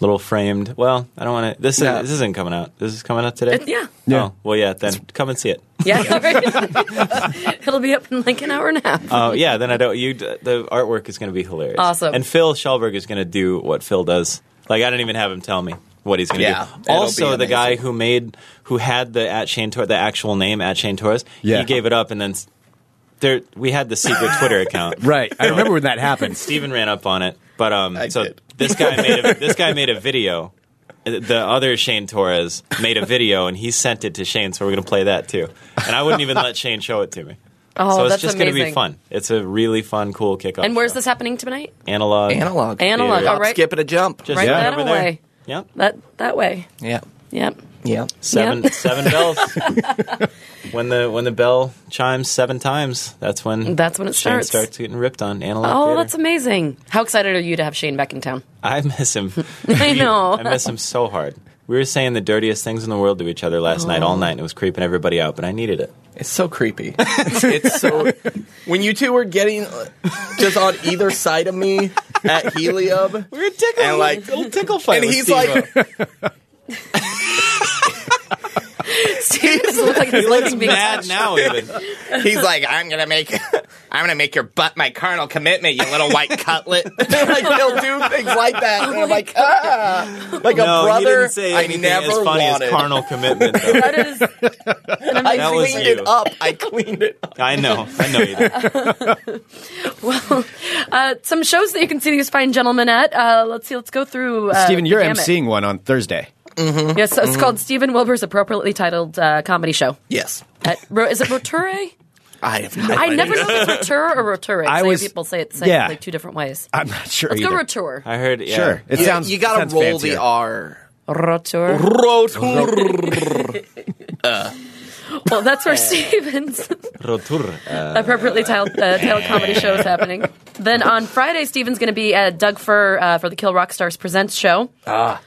[SPEAKER 9] little framed. Well, I don't want to. This
[SPEAKER 8] No.
[SPEAKER 9] is, this isn't coming out. This is coming out today.
[SPEAKER 7] Yeah.
[SPEAKER 9] Yeah. Oh, well, yeah. Then come and see it.
[SPEAKER 7] Yeah. all right. It'll be up in like an hour and a half.
[SPEAKER 9] Oh, yeah. Then I don't. You. The artwork is going to be hilarious.
[SPEAKER 7] Awesome.
[SPEAKER 9] And Phil Schellberg is going to do what Phil does. Like I don't even have him tell me what he's going to
[SPEAKER 8] Yeah,
[SPEAKER 9] do.
[SPEAKER 8] it'll be
[SPEAKER 9] Also, the
[SPEAKER 8] amazing.
[SPEAKER 9] guy who made who had the at Shane Tor- the actual name at Shane Torres,
[SPEAKER 1] Yeah.
[SPEAKER 9] he gave it up, and then s- there we had the secret Twitter account.
[SPEAKER 1] Right. I remember when that happened.
[SPEAKER 9] Steven ran up on it, but um,
[SPEAKER 8] I
[SPEAKER 9] so
[SPEAKER 8] did.
[SPEAKER 9] this guy made a, this guy made a video. The other Shane Torres made a video and he sent it to Shane, so we're gonna play that too. And I wouldn't even let Shane show it to me.
[SPEAKER 7] Oh,
[SPEAKER 9] so it's
[SPEAKER 7] that's
[SPEAKER 9] just gonna be
[SPEAKER 7] amazing.
[SPEAKER 9] fun. It's a really fun, cool kickoff.
[SPEAKER 7] And where's
[SPEAKER 9] show.
[SPEAKER 7] this happening tonight?
[SPEAKER 9] analog?
[SPEAKER 8] analog.
[SPEAKER 7] Analog.
[SPEAKER 9] Yeah.
[SPEAKER 7] All right.
[SPEAKER 8] Skip it a jump.
[SPEAKER 9] Just
[SPEAKER 7] Right
[SPEAKER 9] yeah.
[SPEAKER 7] that
[SPEAKER 9] over
[SPEAKER 7] away.
[SPEAKER 9] there. Yep.
[SPEAKER 7] That that way.
[SPEAKER 8] yeah,
[SPEAKER 7] Yep.
[SPEAKER 8] yeah.
[SPEAKER 9] Seven
[SPEAKER 7] Yep.
[SPEAKER 9] seven bells. when the when the bell chimes seven times, that's when
[SPEAKER 7] That's when it
[SPEAKER 9] Shane
[SPEAKER 7] starts.
[SPEAKER 9] starts getting ripped on analog.
[SPEAKER 7] Oh,
[SPEAKER 9] theater.
[SPEAKER 7] that's amazing. How excited are you to have Shane back in town?
[SPEAKER 9] I miss him.
[SPEAKER 7] I know.
[SPEAKER 9] I miss him so hard. We were saying the dirtiest things in the world to each other last night,
[SPEAKER 7] Oh.
[SPEAKER 9] all night, and it was creeping everybody out, but I needed it.
[SPEAKER 8] It's so creepy. it's so when you two were getting uh, just on either side of me at Helium,
[SPEAKER 9] We were tickling.
[SPEAKER 8] And, like-
[SPEAKER 9] little tickle fight.
[SPEAKER 8] and
[SPEAKER 9] with
[SPEAKER 8] he's
[SPEAKER 9] Steve-O.
[SPEAKER 8] like,
[SPEAKER 7] Steve doesn't look like he's
[SPEAKER 9] he looks
[SPEAKER 7] being
[SPEAKER 9] mad
[SPEAKER 7] touched.
[SPEAKER 9] now, even.
[SPEAKER 8] he's like, I'm gonna make, I'm gonna make your butt my carnal commitment, you little white cutlet. like he'll do things like that, and I'm like, ah, like
[SPEAKER 9] no,
[SPEAKER 8] a
[SPEAKER 9] he
[SPEAKER 8] brother.
[SPEAKER 9] didn't say
[SPEAKER 8] I
[SPEAKER 9] anything
[SPEAKER 8] never
[SPEAKER 9] as funny
[SPEAKER 8] wanted.
[SPEAKER 9] as carnal commitment. Though.
[SPEAKER 7] That is an amazing-
[SPEAKER 8] I
[SPEAKER 9] was
[SPEAKER 8] cleaned
[SPEAKER 9] you.
[SPEAKER 8] it up. I cleaned it up.
[SPEAKER 9] I know, I know you. Did.
[SPEAKER 7] uh, some shows that you can see these fine gentlemen at. Uh, let's see. Let's go through. Uh,
[SPEAKER 1] Stephen,
[SPEAKER 7] the
[SPEAKER 1] you're
[SPEAKER 7] gamut.
[SPEAKER 1] emceeing one on Thursday.
[SPEAKER 7] Yes, so it's
[SPEAKER 9] Mm.
[SPEAKER 7] called Stephen Wilbur's appropriately titled uh, comedy show.
[SPEAKER 8] Yes,
[SPEAKER 7] At, Ro- is it Roture?
[SPEAKER 8] I have no
[SPEAKER 7] I
[SPEAKER 8] idea.
[SPEAKER 7] never know if it's Roture or Roture.
[SPEAKER 1] I
[SPEAKER 7] I
[SPEAKER 1] was-
[SPEAKER 7] people say it say it
[SPEAKER 1] yeah.
[SPEAKER 7] like two different ways.
[SPEAKER 1] I'm not sure.
[SPEAKER 7] Let's
[SPEAKER 1] either.
[SPEAKER 7] go Roture.
[SPEAKER 9] I heard. Yeah.
[SPEAKER 1] Sure. It
[SPEAKER 8] You-
[SPEAKER 1] sounds
[SPEAKER 8] you gotta
[SPEAKER 1] sounds
[SPEAKER 8] roll
[SPEAKER 1] fancier. Oh,
[SPEAKER 8] the R.
[SPEAKER 7] Roture. Well, that's where Stephen's
[SPEAKER 9] Rotur. Uh,
[SPEAKER 7] appropriately titled, uh, titled comedy show is happening. Then on Friday, Stephen's going to be at Doug Fur uh, for the Kill Rock Stars Presents show.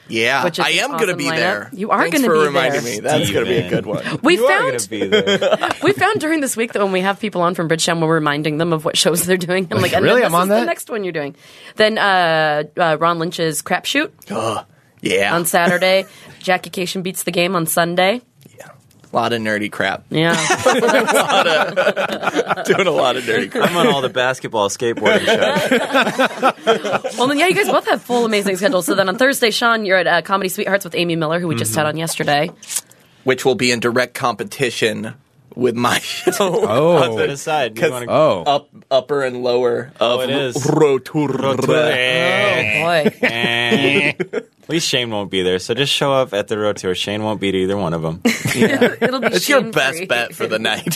[SPEAKER 8] Yeah,
[SPEAKER 7] Which is
[SPEAKER 8] I am
[SPEAKER 7] an
[SPEAKER 8] gonna
[SPEAKER 7] awesome
[SPEAKER 8] be
[SPEAKER 7] lineup.
[SPEAKER 8] there.
[SPEAKER 7] You are
[SPEAKER 8] Thanks
[SPEAKER 7] gonna
[SPEAKER 8] for
[SPEAKER 7] be
[SPEAKER 8] reminding
[SPEAKER 7] there.
[SPEAKER 8] me. That's gonna be a good one.
[SPEAKER 7] We
[SPEAKER 9] you are
[SPEAKER 7] found
[SPEAKER 9] going to be there.
[SPEAKER 7] we found during this week that when we have people on from Bridgetown, we're reminding them of what shows they're doing. I'm like, and
[SPEAKER 1] Really?
[SPEAKER 7] Then this
[SPEAKER 1] I'm on
[SPEAKER 7] is
[SPEAKER 1] that?
[SPEAKER 7] The next one you're doing. Then uh, uh, Ron Lynch's Crapshoot
[SPEAKER 8] Yeah.
[SPEAKER 7] on Saturday. Jackie Cation beats the game on Sunday.
[SPEAKER 8] A lot of nerdy crap.
[SPEAKER 7] Yeah.
[SPEAKER 8] Doing a lot of nerdy crap.
[SPEAKER 9] I'm on all the basketball skateboarding shows.
[SPEAKER 7] well, then, yeah, you guys both have full amazing schedules. So then on Thursday, Sean, you're at uh, Comedy Sweethearts with Amy Miller, who we just had on yesterday.
[SPEAKER 8] Which will be in direct competition with my show.
[SPEAKER 9] Put that
[SPEAKER 1] Oh,
[SPEAKER 9] aside. You wanna-
[SPEAKER 1] oh.
[SPEAKER 8] Up, upper and lower of
[SPEAKER 9] Oh, it is.
[SPEAKER 8] Rotur.
[SPEAKER 7] Oh, Boy.
[SPEAKER 9] Eh. At least Shane won't be there, so just show up at the road tour. Shane won't be to either one of them.
[SPEAKER 7] It'll be
[SPEAKER 8] It's your
[SPEAKER 7] shame-free.
[SPEAKER 8] best bet for the night.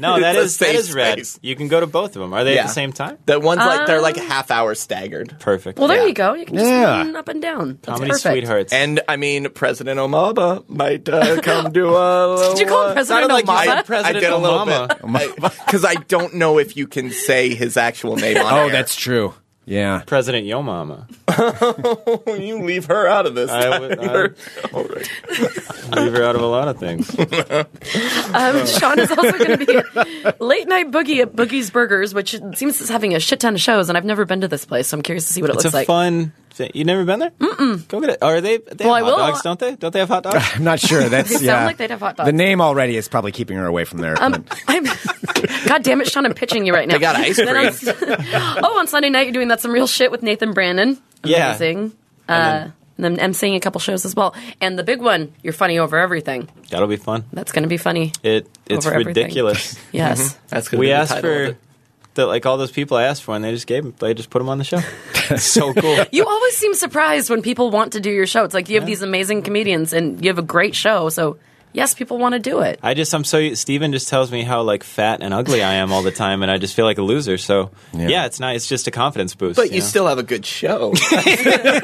[SPEAKER 9] No, that
[SPEAKER 8] It's a
[SPEAKER 9] is that
[SPEAKER 8] safe
[SPEAKER 9] is red.
[SPEAKER 8] space.
[SPEAKER 9] You can go to both of them. Are they at
[SPEAKER 8] Yeah.
[SPEAKER 9] the same time?
[SPEAKER 8] the ones like they're like half hour staggered.
[SPEAKER 9] Perfect.
[SPEAKER 7] Well, there
[SPEAKER 8] Yeah.
[SPEAKER 7] you go. You can just
[SPEAKER 1] Yeah.
[SPEAKER 7] run up and down. That's
[SPEAKER 9] Comedy
[SPEAKER 7] perfect.
[SPEAKER 9] sweethearts.
[SPEAKER 8] And I mean, President Obama might uh, come do a.
[SPEAKER 7] Did you call him
[SPEAKER 8] uh,
[SPEAKER 7] President
[SPEAKER 8] sounded like you
[SPEAKER 7] Obama?
[SPEAKER 8] said President I did a little bit because I, don't know if you can say his actual name. On
[SPEAKER 1] Oh,
[SPEAKER 8] air.
[SPEAKER 1] that's true. Yeah.
[SPEAKER 9] President Yo Mama.
[SPEAKER 8] you leave her out of this.
[SPEAKER 9] I would- uh, I would-
[SPEAKER 8] All right.
[SPEAKER 9] Leave her out of a lot of things.
[SPEAKER 7] Um, Sean is also going to be at late night boogie at Boogie's Burgers, which seems it's having a shit ton of shows, and I've never been to this place, so I'm curious to see what it
[SPEAKER 9] It's a
[SPEAKER 7] looks like.
[SPEAKER 9] fun. thing. You never been there? Mm-mm. Go get it. Are they? They
[SPEAKER 7] Well, I
[SPEAKER 9] have
[SPEAKER 7] will.
[SPEAKER 9] hot dogs, don't they? Don't they have hot dogs?
[SPEAKER 1] I'm not sure. That's
[SPEAKER 7] They sound
[SPEAKER 1] yeah.
[SPEAKER 7] like they'd have hot dogs.
[SPEAKER 1] The name already is probably keeping her away from there.
[SPEAKER 7] Um, I'm, God damn it, Sean! I'm pitching you right now.
[SPEAKER 8] They got ice
[SPEAKER 7] Then on S- oh, on Sunday night you're doing that some real shit with Nathan Brandon.
[SPEAKER 9] Yeah.
[SPEAKER 7] Amazing. Uh, and then I'm seeing a couple shows as well. And the big one, you're funny over everything.
[SPEAKER 9] That'll be fun.
[SPEAKER 7] That's going to be funny.
[SPEAKER 9] It it's
[SPEAKER 7] Over everything.
[SPEAKER 9] ridiculous.
[SPEAKER 7] Yes.
[SPEAKER 8] That's gonna
[SPEAKER 9] we
[SPEAKER 8] be the
[SPEAKER 9] asked
[SPEAKER 8] title of
[SPEAKER 9] for
[SPEAKER 8] it.
[SPEAKER 9] the, like all those people I asked for, and they just gave them. They just put them on the show. It's so cool.
[SPEAKER 7] You always seem surprised when people want to do your show. It's like you have these amazing comedians and you have a great show. So, yes, people want to do it.
[SPEAKER 9] I just I'm so Steven just tells me how like fat and ugly I am all the time, and I just feel like a loser. So yeah, it's not. It's just a confidence boost.
[SPEAKER 8] But you
[SPEAKER 9] know?
[SPEAKER 8] still have a good show.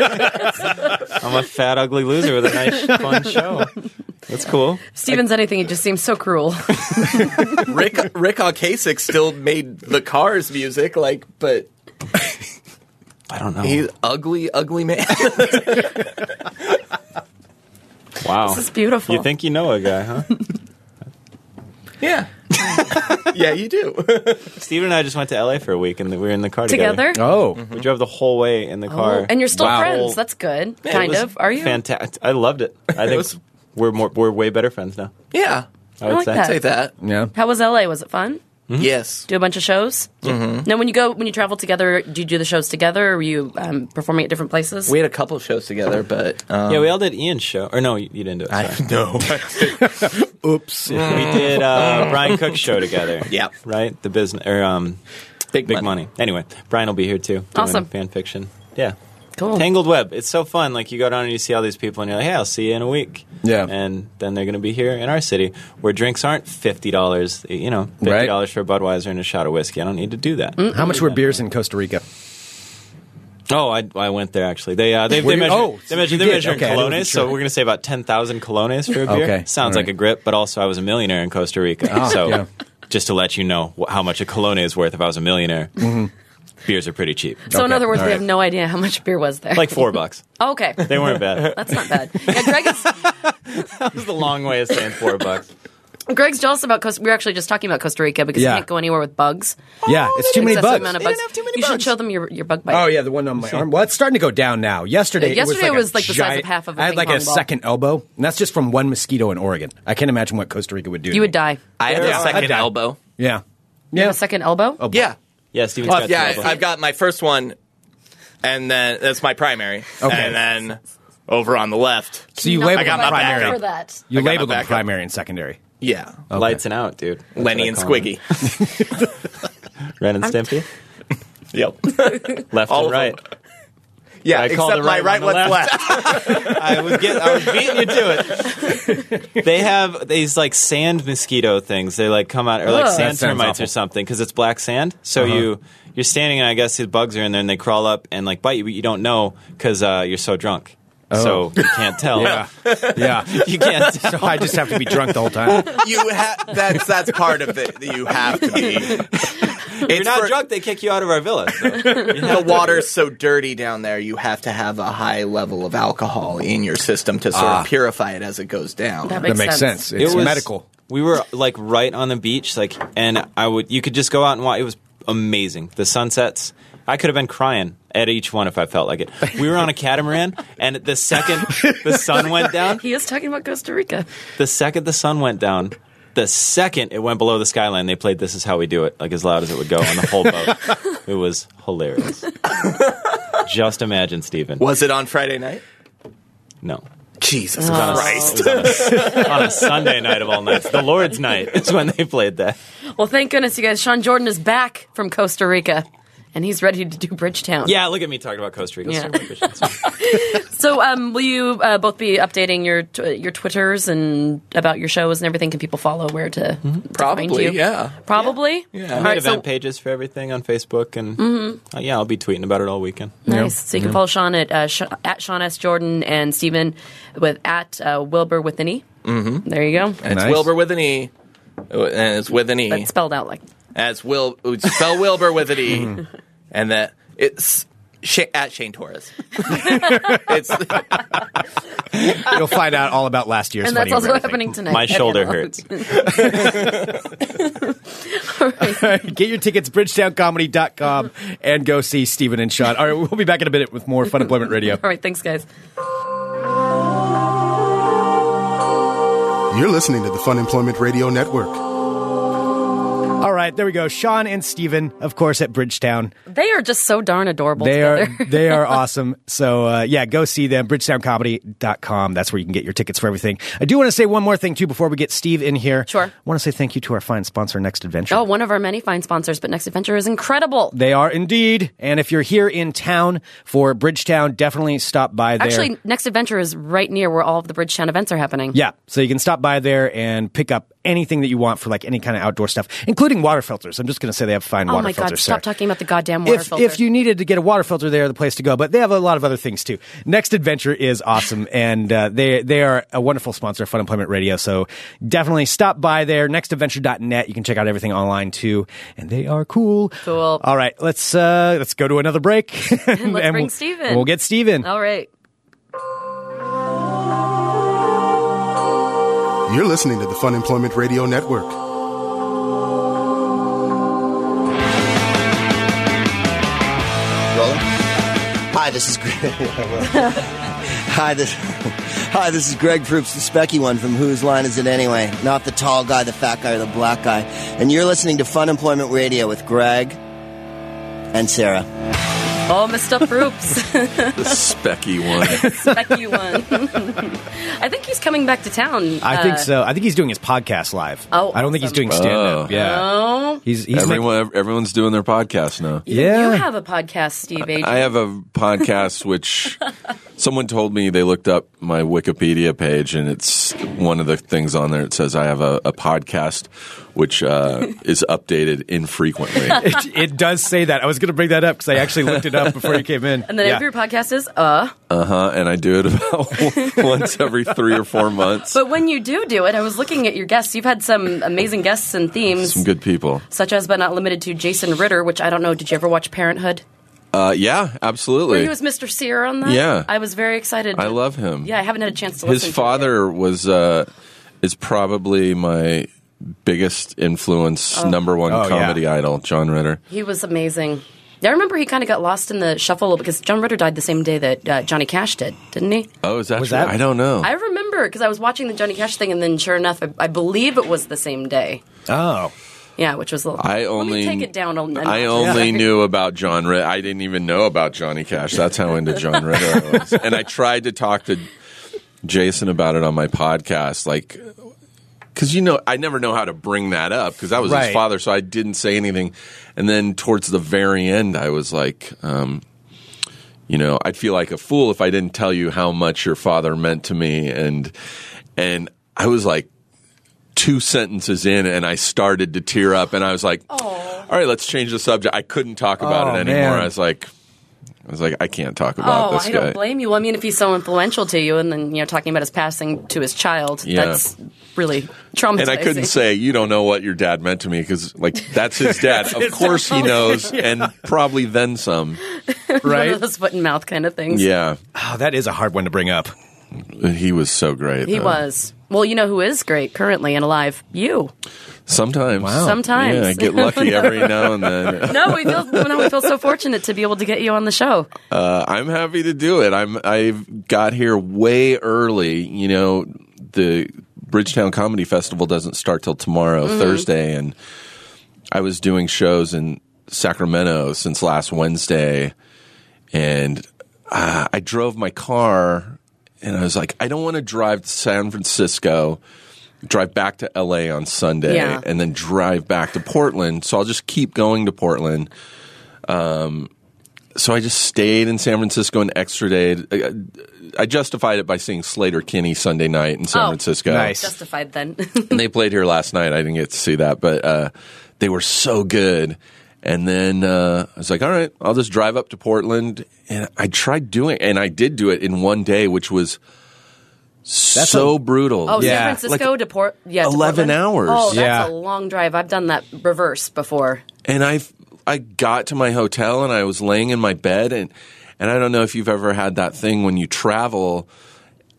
[SPEAKER 9] I'm a fat ugly loser with a nice fun show. That's cool.
[SPEAKER 7] Steven's anything, he just seems so cruel.
[SPEAKER 8] Rick Rick Ocasek still made the Cars music, like, but
[SPEAKER 9] I don't know.
[SPEAKER 8] he's ugly, ugly man.
[SPEAKER 9] wow.
[SPEAKER 7] This is beautiful.
[SPEAKER 9] You think you know a guy, huh?
[SPEAKER 8] yeah, yeah, you do.
[SPEAKER 9] Steven and I just went to LA for a week, and we were in the car together.
[SPEAKER 7] together?
[SPEAKER 1] oh,
[SPEAKER 9] We drove the whole way in the car,
[SPEAKER 7] Oh, and you're still
[SPEAKER 1] Wow.
[SPEAKER 7] friends. That's good.
[SPEAKER 9] It
[SPEAKER 7] kind
[SPEAKER 9] was
[SPEAKER 7] of. Are you?
[SPEAKER 9] Fantastic! I loved it. I think
[SPEAKER 8] was-
[SPEAKER 9] we're more we're way better friends now.
[SPEAKER 8] Yeah,
[SPEAKER 9] I would
[SPEAKER 7] like
[SPEAKER 9] say.
[SPEAKER 7] that.
[SPEAKER 8] say that.
[SPEAKER 1] yeah.
[SPEAKER 7] How was LA? Was it fun?
[SPEAKER 8] Yes.
[SPEAKER 7] Do a bunch of shows? Mm-hmm. Now, when you go, when you travel together, do you do the shows together or were you um, performing at different places?
[SPEAKER 8] We had a couple shows together, but um,
[SPEAKER 9] Yeah, we all did Ian's show, or no, you you didn't do it. sorry.
[SPEAKER 8] no.
[SPEAKER 1] Oops.
[SPEAKER 9] we did uh, Brian Cook's show together.
[SPEAKER 8] Yep.
[SPEAKER 9] right. The business or um,
[SPEAKER 8] Big,
[SPEAKER 9] big money. Anyway, Brian will be here too. Doing
[SPEAKER 7] Awesome.
[SPEAKER 9] fan fiction. Yeah.
[SPEAKER 1] Oh.
[SPEAKER 7] cool.
[SPEAKER 9] Tangled Web. It's so fun. Like you go down and you see all these people, and you're like, "Hey, I'll see you in a week."
[SPEAKER 1] Yeah.
[SPEAKER 9] And then they're going to be here in our city, where drinks aren't fifty dollars. You know,
[SPEAKER 1] Right. Mm.
[SPEAKER 9] fifty dollars for a Budweiser and a shot of whiskey. I don't need to do that.
[SPEAKER 1] How much were beers in Costa Rica?
[SPEAKER 9] Oh, I, I went there actually. They uh, they,
[SPEAKER 1] Were
[SPEAKER 9] they
[SPEAKER 1] you-
[SPEAKER 9] measure
[SPEAKER 1] oh,
[SPEAKER 9] they measure
[SPEAKER 1] you
[SPEAKER 9] they
[SPEAKER 1] did.
[SPEAKER 9] measure in
[SPEAKER 1] Okay, I wasn't
[SPEAKER 9] colones,
[SPEAKER 1] sure.
[SPEAKER 9] so we're going to say about ten thousand colones for a beer.
[SPEAKER 1] Okay,
[SPEAKER 9] Sounds
[SPEAKER 1] all
[SPEAKER 9] like
[SPEAKER 1] right.
[SPEAKER 9] a grip, but also I was a millionaire in Costa Rica,
[SPEAKER 1] Ah,
[SPEAKER 9] so
[SPEAKER 1] yeah.
[SPEAKER 9] just to let you know wh- how much a colone is worth if I was a millionaire.
[SPEAKER 1] Mm-hmm.
[SPEAKER 9] Beers are pretty cheap,
[SPEAKER 7] so, in
[SPEAKER 1] Okay,
[SPEAKER 7] other words,
[SPEAKER 1] all
[SPEAKER 7] we
[SPEAKER 1] right.
[SPEAKER 7] have no idea how much beer was there.
[SPEAKER 9] like four bucks.
[SPEAKER 7] okay.
[SPEAKER 9] They weren't bad.
[SPEAKER 7] That's not bad. Yeah, Greg is,
[SPEAKER 9] That was the long way of saying four bucks.
[SPEAKER 7] Greg's jealous about Costa. We were actually just talking about Costa Rica because
[SPEAKER 1] Yeah.
[SPEAKER 7] you can't go anywhere with bugs.
[SPEAKER 1] Yeah, it's too many
[SPEAKER 7] Excessive
[SPEAKER 1] bugs.
[SPEAKER 7] amount of
[SPEAKER 9] They didn't
[SPEAKER 7] bugs.
[SPEAKER 9] have too many
[SPEAKER 7] you should
[SPEAKER 9] bugs.
[SPEAKER 7] show them your, your bug bite.
[SPEAKER 1] Oh yeah, the one on my arm. Well, it's starting to go down now. Yesterday,
[SPEAKER 7] Yesterday
[SPEAKER 1] it
[SPEAKER 7] it
[SPEAKER 1] was
[SPEAKER 7] was
[SPEAKER 1] like,
[SPEAKER 7] like
[SPEAKER 1] a
[SPEAKER 7] the size
[SPEAKER 1] giant-
[SPEAKER 7] of half of a
[SPEAKER 1] I had like a
[SPEAKER 7] ping-pong ball.
[SPEAKER 1] second elbow, and that's just from one mosquito in Oregon. I can't imagine what Costa Rica would do. to
[SPEAKER 7] you would
[SPEAKER 1] me.
[SPEAKER 7] die.
[SPEAKER 8] I had
[SPEAKER 1] Yeah,
[SPEAKER 8] a second
[SPEAKER 1] I'd die.
[SPEAKER 8] elbow.
[SPEAKER 1] Yeah,
[SPEAKER 7] A
[SPEAKER 1] yeah.
[SPEAKER 7] second elbow?
[SPEAKER 1] Oh, boy.
[SPEAKER 8] Yeah,
[SPEAKER 9] Yeah, Steven's
[SPEAKER 1] Plus,
[SPEAKER 9] got
[SPEAKER 8] yeah.
[SPEAKER 9] two of
[SPEAKER 8] I,
[SPEAKER 9] them.
[SPEAKER 8] I've got my first one, and then that's my primary,
[SPEAKER 1] Okay.
[SPEAKER 8] and then over on the left.
[SPEAKER 1] So you
[SPEAKER 7] Not
[SPEAKER 1] label
[SPEAKER 7] I got
[SPEAKER 1] them
[SPEAKER 7] my back
[SPEAKER 1] primary.
[SPEAKER 7] for that.
[SPEAKER 1] You
[SPEAKER 8] I got my
[SPEAKER 1] label them
[SPEAKER 8] backup.
[SPEAKER 1] primary and secondary.
[SPEAKER 8] Yeah,
[SPEAKER 9] Lights and out, dude. That's
[SPEAKER 8] Lenny
[SPEAKER 9] what I
[SPEAKER 8] and
[SPEAKER 9] call
[SPEAKER 8] Squiggy.
[SPEAKER 9] them. Ren and Stimpy,
[SPEAKER 8] yep.
[SPEAKER 9] left
[SPEAKER 8] All
[SPEAKER 9] and
[SPEAKER 8] of them.
[SPEAKER 9] right.
[SPEAKER 8] Yeah,
[SPEAKER 9] I call
[SPEAKER 8] except
[SPEAKER 9] the right
[SPEAKER 8] my right
[SPEAKER 9] one the
[SPEAKER 8] one's left.
[SPEAKER 9] I was get, I was beating you to it. They have these like sand mosquito things. They like come out or like
[SPEAKER 7] Ugh.
[SPEAKER 9] sand
[SPEAKER 1] Oh. That sounds
[SPEAKER 9] termites or
[SPEAKER 1] awful. Uh-huh.
[SPEAKER 9] something because it's black sand. So you you're standing and I guess the bugs are in there and they crawl up and like bite you, but you don't know because uh, you're so drunk, so you can't tell.
[SPEAKER 1] Oh. Yeah, yeah.
[SPEAKER 9] You can't tell.
[SPEAKER 1] So I just have to be drunk the whole time.
[SPEAKER 8] you ha- that's that's part of it. that You have to be.
[SPEAKER 9] You're not
[SPEAKER 8] for-
[SPEAKER 9] drunk. They kick you out of our villa. So.
[SPEAKER 8] The water's so dirty down there. You have to have a high level of alcohol in your system to sort of purify it as it goes down.
[SPEAKER 7] That
[SPEAKER 1] That
[SPEAKER 7] makes,
[SPEAKER 1] makes sense.
[SPEAKER 9] It
[SPEAKER 1] It's
[SPEAKER 9] was-
[SPEAKER 1] medical.
[SPEAKER 9] We were like right on the beach, like, and I would you could just go out and watch. It was amazing. The sunsets.
[SPEAKER 10] I could have been crying at each one if I felt like it. We were on a catamaran, and the second the sun went down,
[SPEAKER 7] He is talking about Costa Rica.
[SPEAKER 10] the second the sun went down, the second it went below the skyline, they played "This Is How We Do It" like as loud as it would go on the whole boat. it was hilarious. Just imagine, Stephen.
[SPEAKER 8] Was it on Friday night?
[SPEAKER 10] No.
[SPEAKER 7] Oh,
[SPEAKER 8] Jesus
[SPEAKER 10] On a-
[SPEAKER 8] Christ.
[SPEAKER 10] it was on a, on a Sunday night of all nights, the Lord's night is when they played that.
[SPEAKER 7] Well, thank goodness, you guys. Sean Jordan is back from Costa Rica, and he's ready to do Bridgetown.
[SPEAKER 10] Yeah, look at me talking about Costa Rica.
[SPEAKER 7] Yeah.
[SPEAKER 10] Let's-
[SPEAKER 7] So, um, will you uh, both be updating your tw- your twitters and about your shows and everything? Can people follow where to, to find
[SPEAKER 1] Mm-hmm.
[SPEAKER 8] Probably,
[SPEAKER 7] you?
[SPEAKER 8] yeah.
[SPEAKER 7] Probably.
[SPEAKER 8] Yeah.
[SPEAKER 10] I
[SPEAKER 7] All
[SPEAKER 10] made
[SPEAKER 7] right,
[SPEAKER 10] event
[SPEAKER 7] so, Mm-hmm.
[SPEAKER 10] pages for everything on Facebook, and uh, yeah, I'll be tweeting about it all weekend.
[SPEAKER 7] nice. So you can follow Sean at uh, Sh- at Sean S Jordan and Stephen with at uh, Wilbur with an E. Mm-hmm. There you go.
[SPEAKER 8] It's
[SPEAKER 1] Nice.
[SPEAKER 8] Wilbur with an E. And it's with an E.
[SPEAKER 7] That's spelled out like
[SPEAKER 8] as Will spell Wilbur with an E, and that it's Sha at Shane Torres. it's
[SPEAKER 1] You'll find out all about last year's.
[SPEAKER 7] And that's
[SPEAKER 1] funny
[SPEAKER 7] also
[SPEAKER 1] or anything.
[SPEAKER 7] happening tonight.
[SPEAKER 10] My shoulder hurts.
[SPEAKER 1] Get your tickets, bridgetowncomedy.com, and go see Stephen and Sean. All right, we'll be back in a minute with more Fun Employment Radio.
[SPEAKER 7] All right, thanks, guys.
[SPEAKER 2] You're listening to the Fun Employment Radio Network.
[SPEAKER 1] All right, there we go. Sean and Stephen, of course, at Bridgetown.
[SPEAKER 7] They are just so darn adorable.
[SPEAKER 1] They are
[SPEAKER 7] together.
[SPEAKER 1] they are awesome. So uh, yeah, go see them. Bridgetowncomedy.com. That's where you can get your tickets for everything. I do want to say one more thing too before we get Steve in here.
[SPEAKER 7] Sure.
[SPEAKER 1] I want to say thank you to our fine sponsor, Next Adventure.
[SPEAKER 7] Oh, one of our many fine sponsors, but Next Adventure is incredible.
[SPEAKER 1] They are indeed. And if you're here in town for Bridgetown, definitely stop by there.
[SPEAKER 7] Actually, Next Adventure is right near where all of the Bridgetown events are happening.
[SPEAKER 1] Yeah, so you can stop by there and pick up anything that you want for like any kind of outdoor stuff, including water filters. I'm just going to say they have fine
[SPEAKER 7] Oh
[SPEAKER 1] water
[SPEAKER 7] my
[SPEAKER 1] filters.
[SPEAKER 7] God! Stop
[SPEAKER 1] there.
[SPEAKER 7] talking about the goddamn water
[SPEAKER 1] if,
[SPEAKER 7] filter.
[SPEAKER 1] If you needed to get a water filter, they're the place to go. But they have a lot of other things too. Next Adventure is awesome, and uh, they they are a wonderful sponsor of Fun Employment Radio. So definitely stop by there. Nextadventure.net. You can check out everything online too, and they are cool.
[SPEAKER 7] Cool.
[SPEAKER 1] All right, let's uh, let's go to another break. and
[SPEAKER 7] bring
[SPEAKER 1] we'll,
[SPEAKER 7] Steven.
[SPEAKER 1] We'll get Steven.
[SPEAKER 7] all right.
[SPEAKER 2] You're listening to the Fun Employment Radio Network.
[SPEAKER 11] Rolling. Hi, this is Greg. Hi, this. Hi, this is Greg Proops, the specky one from Whose Line Is It Anyway? Not the tall guy, the fat guy, or the black guy. And you're listening to Fun Employment Radio with Greg and Sarah.
[SPEAKER 7] Oh, Mr. Proops,
[SPEAKER 8] the specky one.
[SPEAKER 7] Becky you won. I think he's coming back to town.
[SPEAKER 1] I think
[SPEAKER 7] uh,
[SPEAKER 1] so. I think he's doing his podcast live.
[SPEAKER 7] Oh,
[SPEAKER 1] I don't think he's
[SPEAKER 7] awesome.
[SPEAKER 1] doing stand up. Yeah.
[SPEAKER 7] Oh,
[SPEAKER 1] He's, he's making-
[SPEAKER 9] Everyone, ev- everyone's doing their podcast now.
[SPEAKER 1] yeah.
[SPEAKER 7] you have a podcast, Steve. Agee.
[SPEAKER 9] I have a podcast which someone told me they looked up my Wikipedia page, and it's one of the things on there. It says I have a, a podcast which uh, is updated infrequently.
[SPEAKER 1] it, it does say that. I was going to bring that up because I actually looked it up before you came in.
[SPEAKER 7] and the name
[SPEAKER 1] yeah.
[SPEAKER 7] of your podcast is uh.
[SPEAKER 9] Uh huh. And I do it about once every three or four months.
[SPEAKER 7] But when you do do it, I was looking at your guests. You've had some amazing guests and themes,
[SPEAKER 9] Some good people.
[SPEAKER 7] such as but not limited to Jason Ritter, which I don't know. Did you ever watch Parenthood?
[SPEAKER 9] Uh, yeah,
[SPEAKER 7] Where
[SPEAKER 9] absolutely.
[SPEAKER 7] he was Mr. Sear on that.
[SPEAKER 9] Yeah.
[SPEAKER 7] I was very excited.
[SPEAKER 9] I love him.
[SPEAKER 7] Yeah, I haven't had a chance to
[SPEAKER 9] his
[SPEAKER 7] listen. to it yet.
[SPEAKER 9] father was uh, is probably my biggest influence number one
[SPEAKER 1] Oh, yeah.
[SPEAKER 9] comedy idol john ritter
[SPEAKER 7] He was amazing. Yeah, I remember he kind of got lost in the shuffle a little because John Ritter died the same day that uh, Johnny Cash did, didn't he?
[SPEAKER 9] oh is that,
[SPEAKER 1] Was
[SPEAKER 9] true?
[SPEAKER 1] that-
[SPEAKER 9] i don't know
[SPEAKER 7] I remember because I was watching the Johnny Cash thing, and then sure enough, I, I believe it was the same day.
[SPEAKER 1] Oh,
[SPEAKER 7] Yeah, which was a little.
[SPEAKER 9] I
[SPEAKER 7] Let
[SPEAKER 9] only
[SPEAKER 7] me take it down. on-
[SPEAKER 9] I only knew about John Ritter. I didn't even know about Johnny Cash. That's how into John Ritter I was. And I tried to talk to Jason about it on my podcast, like because you know I never know how to bring that up because that was
[SPEAKER 1] Right.
[SPEAKER 9] his father, so I didn't say anything. And then towards the very end, I was like. Um, you know, I'd feel like a fool if I didn't tell you how much your father meant to me, and and I was like two sentences in, and I started to tear up, and I was like, "All right, let's change the subject." I couldn't talk
[SPEAKER 1] Oh,
[SPEAKER 9] about it anymore.
[SPEAKER 1] man.
[SPEAKER 9] I was like, I was like, I can't talk about
[SPEAKER 7] Oh,
[SPEAKER 9] this
[SPEAKER 7] I
[SPEAKER 9] guy.
[SPEAKER 7] don't blame you. Well, I mean, if he's so influential to you, and then you know, talking about his passing to his child,
[SPEAKER 9] Yeah.
[SPEAKER 7] that's really traumatizing.
[SPEAKER 9] and I couldn't say you don't know what your dad meant to me because like that's his dad. of course he knows, and probably then some.
[SPEAKER 7] One
[SPEAKER 1] right.
[SPEAKER 7] of those foot and mouth kind of things.
[SPEAKER 9] Yeah.
[SPEAKER 1] Oh, that is a hard one to bring up.
[SPEAKER 9] He was so great.
[SPEAKER 7] He
[SPEAKER 9] though.
[SPEAKER 7] was. Well, you know who is great currently and alive? You.
[SPEAKER 9] Sometimes.
[SPEAKER 7] Wow. Sometimes.
[SPEAKER 9] Yeah, I get lucky every now and then.
[SPEAKER 7] No, we feel no, we feel so fortunate to be able to get you on the show.
[SPEAKER 9] Uh, I'm happy to do it. I'm I've got here way early. You know, the Bridgetown Comedy Festival doesn't start till tomorrow,
[SPEAKER 12] Mhm.
[SPEAKER 9] Thursday, and I was doing shows in Sacramento since last Wednesday, and uh, I drove my car, and I was like, I don't want to drive to San Francisco. Drive back to LA on Sunday
[SPEAKER 12] Yeah.
[SPEAKER 9] and then drive back to Portland. So I'll just keep going to Portland. Um, so I just stayed in San Francisco and extra day. I, I justified it by seeing Slater Kinney Sunday night in San
[SPEAKER 7] Oh,
[SPEAKER 9] Francisco.
[SPEAKER 7] Justified then.
[SPEAKER 9] and they played here last night. I didn't get to see that, but uh, they were so good. And then uh, I was like, all right, I'll just drive up to Portland. And I tried doing and I did do it in one day, which was so brutal.
[SPEAKER 7] Oh, San Francisco
[SPEAKER 9] Like,
[SPEAKER 7] to Port. Yeah, to
[SPEAKER 9] 11
[SPEAKER 7] Portland.
[SPEAKER 9] hours.
[SPEAKER 7] Oh, that's
[SPEAKER 9] Yeah.
[SPEAKER 7] a long drive. I've done that reverse before.
[SPEAKER 9] and I I got to my hotel and I was laying in my bed and and I don't know if you've ever had that thing when you travel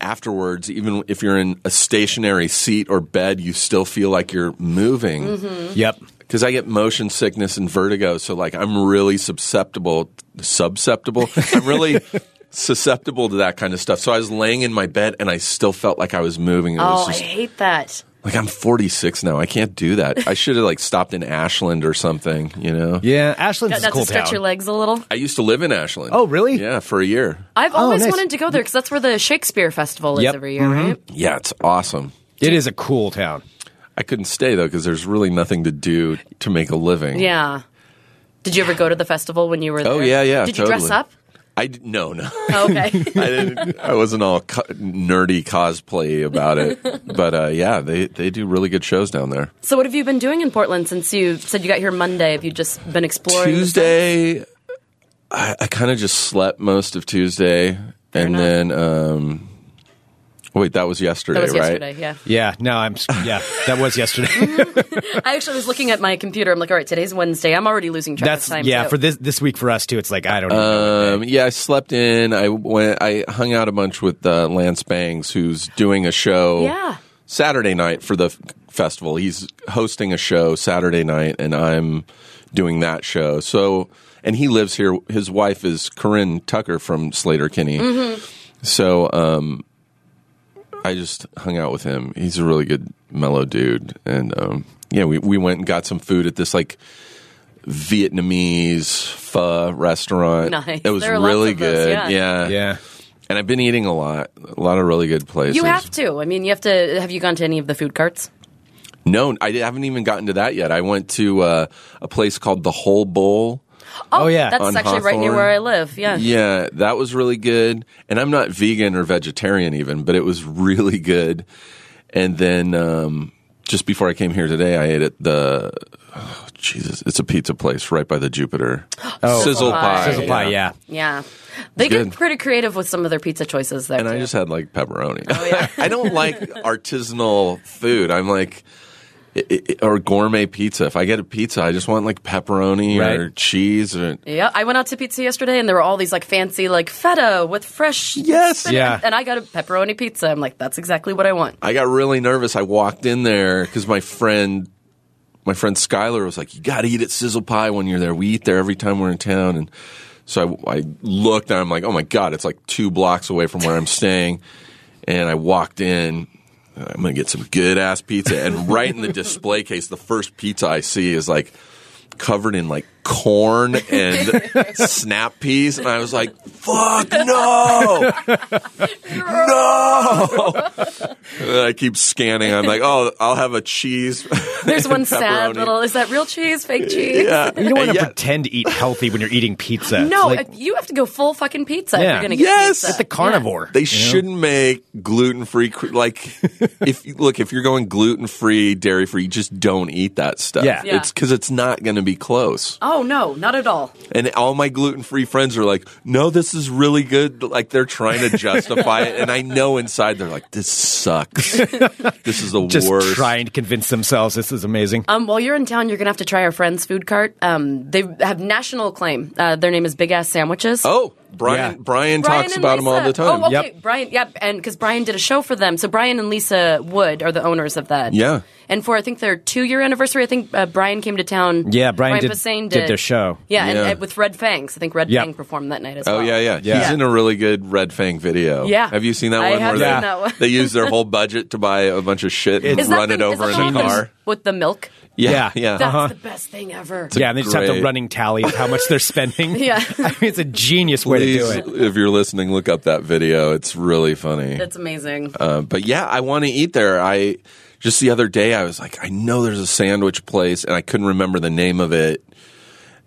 [SPEAKER 9] afterwards even if you're in a stationary seat or bed you still feel like you're moving.
[SPEAKER 7] Mm-hmm.
[SPEAKER 12] Mhm.
[SPEAKER 9] Yep. Cuz I get motion sickness and vertigo so like I'm really susceptible susceptible. I'm really susceptible to that kind of stuff. So I was laying in my bed and I still felt like I was moving. It was
[SPEAKER 7] Oh, I
[SPEAKER 9] just
[SPEAKER 7] hate that.
[SPEAKER 9] like I'm 46 now. I can't do that. I should have like stopped in Ashland or something, you know.
[SPEAKER 1] Yeah, Ashland's
[SPEAKER 7] Got, got to stretch your legs a little.
[SPEAKER 9] I used to live in Ashland. Oh,
[SPEAKER 1] really?
[SPEAKER 9] Yeah, for a year.
[SPEAKER 7] I've always
[SPEAKER 1] nice.
[SPEAKER 7] wanted to go there because that's where the Shakespeare Festival is
[SPEAKER 9] Oh, Yep.
[SPEAKER 7] every year,
[SPEAKER 9] Mhm.
[SPEAKER 7] right?
[SPEAKER 9] Yeah, it's awesome.
[SPEAKER 1] It is a cool town.
[SPEAKER 9] I couldn't stay though because there's really nothing to do to make a living.
[SPEAKER 7] Yeah. Did you ever go to the festival when you were there?
[SPEAKER 9] Oh, yeah, yeah,
[SPEAKER 7] Did you dress
[SPEAKER 9] totally.
[SPEAKER 7] up?
[SPEAKER 9] I d- no no.
[SPEAKER 7] Oh, okay.
[SPEAKER 9] I didn't. I wasn't all co- nerdy cosplay about it, but uh, yeah, they they do really good shows down there.
[SPEAKER 7] So, what have you been doing in Portland since you said you got here Monday? Have you just been exploring?
[SPEAKER 9] Tuesday, I, I kind of just slept most of Tuesday, and then um, wait, that was yesterday,
[SPEAKER 7] That was
[SPEAKER 9] right?
[SPEAKER 7] yesterday, yeah.
[SPEAKER 1] Yeah, no, I'm. s- Yeah, that was yesterday.
[SPEAKER 7] I actually was looking at my computer. I'm like, all right, today's Wednesday. I'm already losing track
[SPEAKER 1] That's
[SPEAKER 7] of time.
[SPEAKER 1] yeah
[SPEAKER 7] too.
[SPEAKER 1] for this this week for us too. It's like I don't. know.
[SPEAKER 9] Um, yeah, I slept in. I went. I hung out a bunch with uh, Lance Bangs, who's doing a show
[SPEAKER 7] Yeah.
[SPEAKER 9] Saturday night for the f- festival. He's hosting a show Saturday night, and I'm doing that show. So, and he lives here. His wife is Corinne Tucker from Slater Kinney. So, um, I just hung out with him. He's a really good mellow dude, and um, yeah, we we went and got some food at this like Vietnamese pho restaurant.
[SPEAKER 7] Nice.
[SPEAKER 9] It was
[SPEAKER 7] There are lots
[SPEAKER 9] really
[SPEAKER 7] of those,
[SPEAKER 9] good.
[SPEAKER 7] yeah.
[SPEAKER 9] yeah, yeah. And I've been eating a lot, a lot of really good places.
[SPEAKER 7] You have to. I mean, you have to. Have you gone to any of the food carts?
[SPEAKER 9] No, I haven't even gotten to that yet. I went to uh, a place called the Whole Bowl.
[SPEAKER 7] Oh, That's
[SPEAKER 9] On
[SPEAKER 7] actually right near
[SPEAKER 9] Hawthorne.
[SPEAKER 7] where I live. Yeah.
[SPEAKER 9] Yeah, that was really good. And I'm not vegan or vegetarian even, but it was really good. And then um, just before I came here today, I ate at the oh, Jesus, it's a pizza place right by the Jupiter.
[SPEAKER 1] Oh.
[SPEAKER 9] Sizzle pie.
[SPEAKER 1] Sizzle pie, yeah.
[SPEAKER 7] Yeah. They
[SPEAKER 9] It's
[SPEAKER 7] get
[SPEAKER 9] good.
[SPEAKER 7] pretty creative with some of their pizza choices there.
[SPEAKER 9] And I
[SPEAKER 7] too.
[SPEAKER 9] just had like pepperoni.
[SPEAKER 1] Oh,
[SPEAKER 9] I don't like artisanal food. I'm like i- i- or gourmet pizza. If I get a pizza, I just want like pepperoni or cheese or
[SPEAKER 7] yeah, I went out to pizza yesterday, and there were all these like fancy, like feta with fresh.
[SPEAKER 9] Yes.
[SPEAKER 7] spinach.
[SPEAKER 9] Yeah.
[SPEAKER 7] And I got a pepperoni pizza. I'm like, that's exactly what I want.
[SPEAKER 9] I got really nervous. I walked in there because my friend, my friend Skylar was like, "You got to eat at Sizzle Pie when you're there. We eat there every time we're in town." And so I, I looked and I'm like, "Oh my god, it's like two blocks away from where I'm staying." And I walked in. uh, I'm gonna get some good ass pizza. And right in the display case, the first pizza I see is like covered in like corn and snap peas. And I was like, Fuck no! no! And then I keep scanning. I'm like, oh, I'll have a cheese.
[SPEAKER 7] There's
[SPEAKER 9] and
[SPEAKER 7] one sad
[SPEAKER 9] pepperoni."
[SPEAKER 7] little. Is that real cheese? Fake cheese?
[SPEAKER 9] Yeah.
[SPEAKER 1] You don't want to
[SPEAKER 9] Yeah.
[SPEAKER 1] pretend to eat healthy when you're eating pizza.
[SPEAKER 7] No,
[SPEAKER 1] Like,
[SPEAKER 7] uh, you have to go full fucking pizza if
[SPEAKER 1] Yeah.
[SPEAKER 7] you're going to get
[SPEAKER 1] Yes!
[SPEAKER 7] pizza.
[SPEAKER 1] At the carnivore.
[SPEAKER 9] They
[SPEAKER 1] You know?
[SPEAKER 9] shouldn't make gluten free. Like, if you- look, if you're going gluten free, dairy free, just don't eat that stuff.
[SPEAKER 7] Yeah. Yeah.
[SPEAKER 9] it's because it's not going to be close.
[SPEAKER 7] Oh, no, not at all.
[SPEAKER 9] And all my gluten free friends are like, "No, this is really good." Like they're trying to justify it, and I know inside they're like, "This sucks. this is the
[SPEAKER 1] just
[SPEAKER 9] worst."
[SPEAKER 1] trying to convince themselves this is amazing.
[SPEAKER 7] Um, while you're in town, you're going to have to try our friend's food cart. Um, they have national acclaim. Uh, their name is Big Ass Sandwiches.
[SPEAKER 9] Oh. Brian.
[SPEAKER 7] Yeah.
[SPEAKER 9] Brian talks
[SPEAKER 7] and
[SPEAKER 9] about him all
[SPEAKER 7] Lisa.
[SPEAKER 9] the time.
[SPEAKER 7] Oh, okay. Brian, yep. And because Brian did a show for them. So Brian and Lisa Wood are the owners of that.
[SPEAKER 9] Yeah.
[SPEAKER 7] And for, I think, their two year anniversary, I think uh, Brian came to town.
[SPEAKER 1] Yeah, Brian did-
[SPEAKER 7] Posehn
[SPEAKER 1] did their show.
[SPEAKER 7] Yeah, And,
[SPEAKER 9] Yeah.
[SPEAKER 7] and with Red Fangs. I think Red
[SPEAKER 9] Yep.
[SPEAKER 7] Fang performed that night as
[SPEAKER 9] Oh
[SPEAKER 7] well.
[SPEAKER 9] yeah, yeah,
[SPEAKER 7] Yeah.
[SPEAKER 9] He's in a really good Red Fang video.
[SPEAKER 7] Yeah.
[SPEAKER 9] Have you seen that
[SPEAKER 7] I
[SPEAKER 9] one
[SPEAKER 7] have
[SPEAKER 9] where
[SPEAKER 7] seen
[SPEAKER 9] they
[SPEAKER 7] that one.
[SPEAKER 9] they use their whole budget to buy a bunch of shit and
[SPEAKER 7] Is that
[SPEAKER 9] run
[SPEAKER 7] the-
[SPEAKER 9] it
[SPEAKER 7] is
[SPEAKER 9] over
[SPEAKER 7] that one
[SPEAKER 9] in the
[SPEAKER 7] with the-
[SPEAKER 9] car?
[SPEAKER 7] With the milk.
[SPEAKER 9] Yeah, yeah. Uh-huh.
[SPEAKER 7] That's the best thing ever.
[SPEAKER 1] yeah, and they just have
[SPEAKER 9] great-
[SPEAKER 1] to running tally of how much they're spending.
[SPEAKER 7] Yeah.
[SPEAKER 1] I mean, it's a genius way
[SPEAKER 9] Please,
[SPEAKER 1] to do it.
[SPEAKER 9] if you're listening, look up that video. It's really funny.
[SPEAKER 7] That's amazing.
[SPEAKER 9] Uh, but yeah, I want to eat there. I just the other day I was like, I know there's a sandwich place, and I couldn't remember the name of it.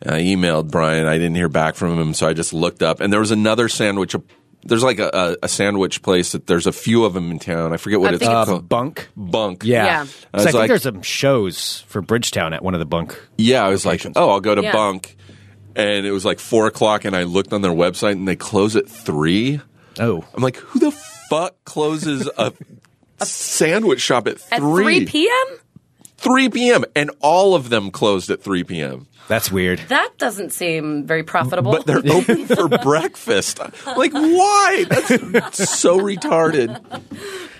[SPEAKER 9] And I emailed Brian. I didn't hear back from him, so I just looked up, and there was another sandwich. There's like a, a, a sandwich place that there's a few of them in town. I forget what
[SPEAKER 7] I
[SPEAKER 9] it's
[SPEAKER 7] think it's-
[SPEAKER 9] called.
[SPEAKER 1] Bunk.
[SPEAKER 9] Bunk.
[SPEAKER 1] Yeah.
[SPEAKER 7] Yeah.
[SPEAKER 1] So
[SPEAKER 9] I
[SPEAKER 1] I,
[SPEAKER 9] was
[SPEAKER 1] think
[SPEAKER 9] like-
[SPEAKER 1] there's some shows for Bridgetown at one of the bunk.
[SPEAKER 9] Yeah, I was like, oh, I'll go to
[SPEAKER 7] Yeah.
[SPEAKER 9] Bunk, and it was like four o'clock, and I looked on their website, and they close at three.
[SPEAKER 1] Oh.
[SPEAKER 9] I'm like, who the fuck closes a sandwich shop at
[SPEAKER 7] At 3
[SPEAKER 9] three?
[SPEAKER 7] p.m.?
[SPEAKER 9] 3 p.m. and all of them closed at 3 p.m.
[SPEAKER 1] That's weird.
[SPEAKER 7] That doesn't seem very profitable.
[SPEAKER 9] But they're open for breakfast. Like, why? That's so retarded.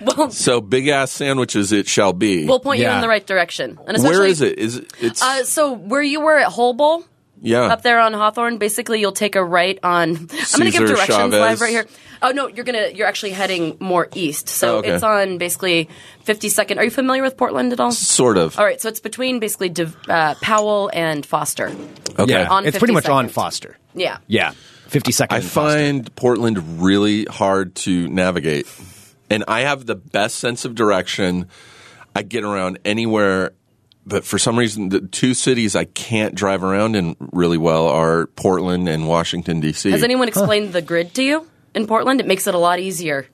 [SPEAKER 7] well,
[SPEAKER 9] So big ass sandwiches, it shall be.
[SPEAKER 7] we'll point you
[SPEAKER 1] Yeah.
[SPEAKER 7] in the right direction. And
[SPEAKER 9] Where
[SPEAKER 7] especially-
[SPEAKER 9] is it? Is it? It's
[SPEAKER 7] Uh, so where you were at Whole Bowl,
[SPEAKER 9] yeah.
[SPEAKER 7] up there on Hawthorne, basically you'll take a right on. I'm going to give
[SPEAKER 9] Cesar
[SPEAKER 7] directions
[SPEAKER 9] Chavez.
[SPEAKER 7] live right here. Oh no, you're gonna you're actually heading more east. So
[SPEAKER 9] Oh, okay.
[SPEAKER 7] it's on basically 52nd. Are you familiar with Portland at all?
[SPEAKER 9] Sort of.
[SPEAKER 7] All right, so it's between basically Div- uh, Powell and Foster.
[SPEAKER 9] Okay.
[SPEAKER 1] Yeah.
[SPEAKER 7] On
[SPEAKER 1] it's pretty much
[SPEAKER 7] 52nd.
[SPEAKER 1] on Foster.
[SPEAKER 7] Yeah.
[SPEAKER 1] Yeah. 50 seconds.
[SPEAKER 9] I find Portland really hard to navigate. And I have the best sense of direction. I get around anywhere, but for some reason, the two cities I can't drive around in really well are Portland and Washington, D.C.
[SPEAKER 7] Has anyone explained the grid to you in Portland? It makes it a lot easier.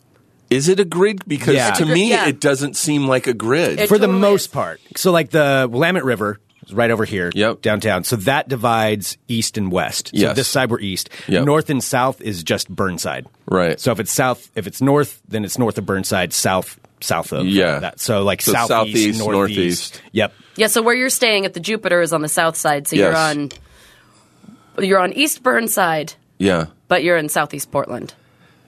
[SPEAKER 9] Is it a grid? Because
[SPEAKER 1] Yeah.
[SPEAKER 9] to
[SPEAKER 1] It's
[SPEAKER 7] a grid,
[SPEAKER 9] me,
[SPEAKER 7] yeah.
[SPEAKER 9] it doesn't seem like a grid.
[SPEAKER 7] It-
[SPEAKER 1] for the
[SPEAKER 7] totally
[SPEAKER 1] most
[SPEAKER 7] is.
[SPEAKER 1] part. So like the Willamette River is right over here,
[SPEAKER 9] Yep.
[SPEAKER 1] downtown. So that divides east and west. So
[SPEAKER 9] Yes.
[SPEAKER 1] this side we're east.
[SPEAKER 9] Yep.
[SPEAKER 1] North and south is just Burnside.
[SPEAKER 9] Right.
[SPEAKER 1] So if it's south, if it's north, then it's north of Burnside, south south of
[SPEAKER 9] Yeah.
[SPEAKER 1] that. So like
[SPEAKER 9] So
[SPEAKER 1] southeast,
[SPEAKER 9] southeast,
[SPEAKER 1] northeast.
[SPEAKER 9] northeast.
[SPEAKER 1] Yep.
[SPEAKER 7] Yeah, so where you're staying at the Jupiter is on the south side, so
[SPEAKER 9] Yes.
[SPEAKER 7] you're on you're on East Burnside,
[SPEAKER 9] yeah.
[SPEAKER 7] but you're in southeast Portland.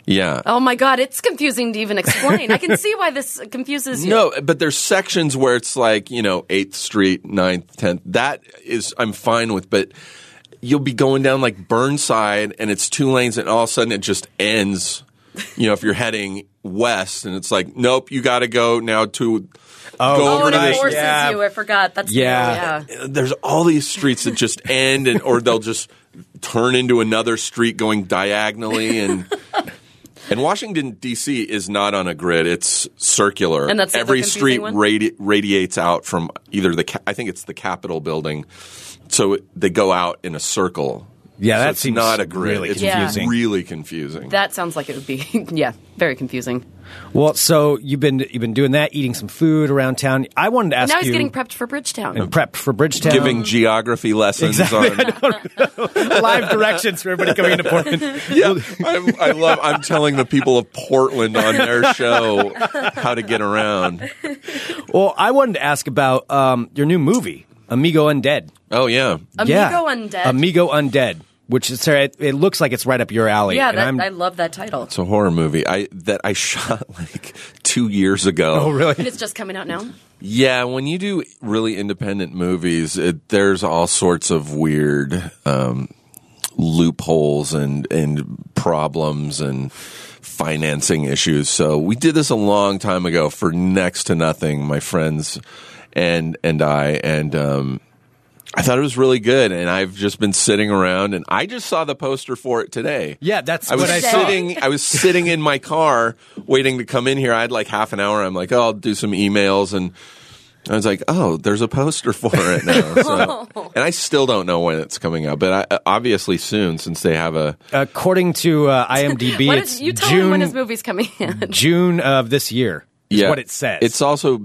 [SPEAKER 9] Yeah.
[SPEAKER 7] Oh my god, it's confusing to even explain. I can see why this confuses you.
[SPEAKER 9] No, but there's sections where it's like, you know, 8th Street, 9th, 10th. That is, I'm fine with, but you'll be going down like Burnside and it's two lanes and all of a sudden it just ends, you know, if you're heading west and it's like, nope, you got to go now to go
[SPEAKER 7] Oh,
[SPEAKER 9] over
[SPEAKER 7] and
[SPEAKER 9] to
[SPEAKER 7] it
[SPEAKER 9] this.
[SPEAKER 7] forces
[SPEAKER 1] Yeah.
[SPEAKER 7] you. I forgot. That's
[SPEAKER 1] Yeah.
[SPEAKER 7] yeah.
[SPEAKER 9] There's all these streets that just end and, or they'll just turn into another street going diagonally and. And Washington D.C. is not on a grid; it's circular.
[SPEAKER 7] And that's the
[SPEAKER 9] every
[SPEAKER 7] confusing
[SPEAKER 9] street
[SPEAKER 7] one?
[SPEAKER 9] radi- radiates out from either the ca- I think it's the Capitol building, so it, they go out in a circle.
[SPEAKER 1] Yeah,
[SPEAKER 9] so
[SPEAKER 1] that
[SPEAKER 9] it's
[SPEAKER 1] seems
[SPEAKER 9] not a grid.
[SPEAKER 1] really
[SPEAKER 9] it's
[SPEAKER 1] confusing.
[SPEAKER 9] really confusing.
[SPEAKER 7] That sounds like it would be yeah, very confusing.
[SPEAKER 1] Well, so you've been you've been doing that, eating some food around town. I wanted to ask
[SPEAKER 7] now he's
[SPEAKER 1] you
[SPEAKER 7] getting prepped for Bridgetown.
[SPEAKER 1] and prep for Bridgetown.
[SPEAKER 9] Giving geography lessons on.
[SPEAKER 1] live directions for everybody coming into Portland.
[SPEAKER 9] Yeah, I'm, I love. I'm telling the people of Portland on their show how to get around.
[SPEAKER 1] Well, I wanted to ask about um, your new movie, Amigo Undead.
[SPEAKER 9] Oh yeah,
[SPEAKER 7] Amigo
[SPEAKER 1] yeah.
[SPEAKER 7] Undead.
[SPEAKER 1] Amigo Undead, which is Sarah, it, it looks like it's right up your alley.
[SPEAKER 7] yeah,
[SPEAKER 1] and
[SPEAKER 7] that,
[SPEAKER 1] I'm-
[SPEAKER 7] I love that title.
[SPEAKER 9] it's a horror movie. I that I shot like two years ago.
[SPEAKER 1] oh
[SPEAKER 7] And
[SPEAKER 1] really?
[SPEAKER 7] it's just coming out now.
[SPEAKER 9] Yeah, when you do really independent movies, it, there's all sorts of weird um, loopholes and and problems and financing issues. So we did this a long time ago for next to nothing, my friends and and I and. Um, I thought it was really good, and I've just been sitting around, and I just saw the poster for it today.
[SPEAKER 1] Yeah, that's
[SPEAKER 9] I was
[SPEAKER 1] what I saw.
[SPEAKER 9] sitting. I was sitting in my car waiting to come in here. I had like half an hour. I'm like, oh, I'll do some emails, and I was like, oh, there's a poster for it now. So, and I still don't know when it's coming out, but I, obviously soon, since they have a
[SPEAKER 1] According to uh, IMDb,
[SPEAKER 7] What
[SPEAKER 1] it's
[SPEAKER 7] is, you tell him when
[SPEAKER 1] June
[SPEAKER 7] his movie's coming out.
[SPEAKER 1] June of this year. Is what it says.
[SPEAKER 9] It's also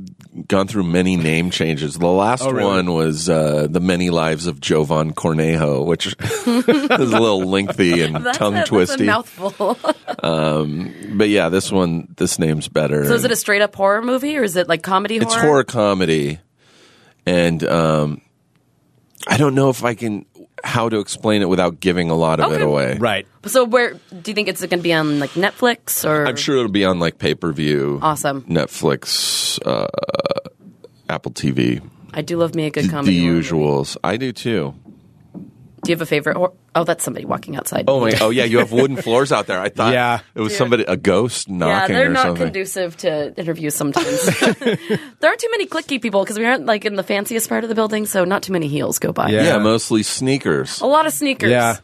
[SPEAKER 9] gone through many name changes. The last
[SPEAKER 1] Oh, really?
[SPEAKER 9] one was uh, the Many Lives of Jovan Cornejo, which is a little lengthy and
[SPEAKER 7] That's a-
[SPEAKER 9] tongue
[SPEAKER 7] that's
[SPEAKER 9] twisty.
[SPEAKER 7] a mouthful.
[SPEAKER 9] But yeah, this one, this name's better.
[SPEAKER 7] so is it a straight up horror movie or is it like comedy horror?
[SPEAKER 9] it's horror comedy, and um, I don't know if I can. how to explain it without giving a lot of it
[SPEAKER 7] Okay.
[SPEAKER 9] away.
[SPEAKER 1] Right.
[SPEAKER 7] So where do you think it's going to be on like Netflix or
[SPEAKER 9] I'm sure it'll be on like pay per view.
[SPEAKER 7] Awesome.
[SPEAKER 9] Netflix, uh, Apple TV,
[SPEAKER 7] I do love me a good
[SPEAKER 9] the
[SPEAKER 7] comedy. horror movie.
[SPEAKER 9] usuals. I do too.
[SPEAKER 7] Do you have a favorite? Or- oh, that's somebody walking outside.
[SPEAKER 9] Oh my! Oh yeah, you have wooden floors out there. I thought
[SPEAKER 1] Yeah.
[SPEAKER 9] it was somebody, a ghost
[SPEAKER 7] Yeah,
[SPEAKER 9] knocking
[SPEAKER 7] they're
[SPEAKER 9] or
[SPEAKER 7] not
[SPEAKER 9] something.
[SPEAKER 7] conducive to interviews sometimes. there aren't too many clicky people because we aren't like in the fanciest part of the building, so not too many heels go by.
[SPEAKER 9] yeah.
[SPEAKER 1] Yeah.
[SPEAKER 9] mostly sneakers.
[SPEAKER 7] A lot of sneakers.
[SPEAKER 1] Yeah.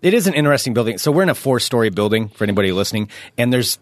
[SPEAKER 1] It is an interesting building. So we're in a four story building for anybody listening, and there's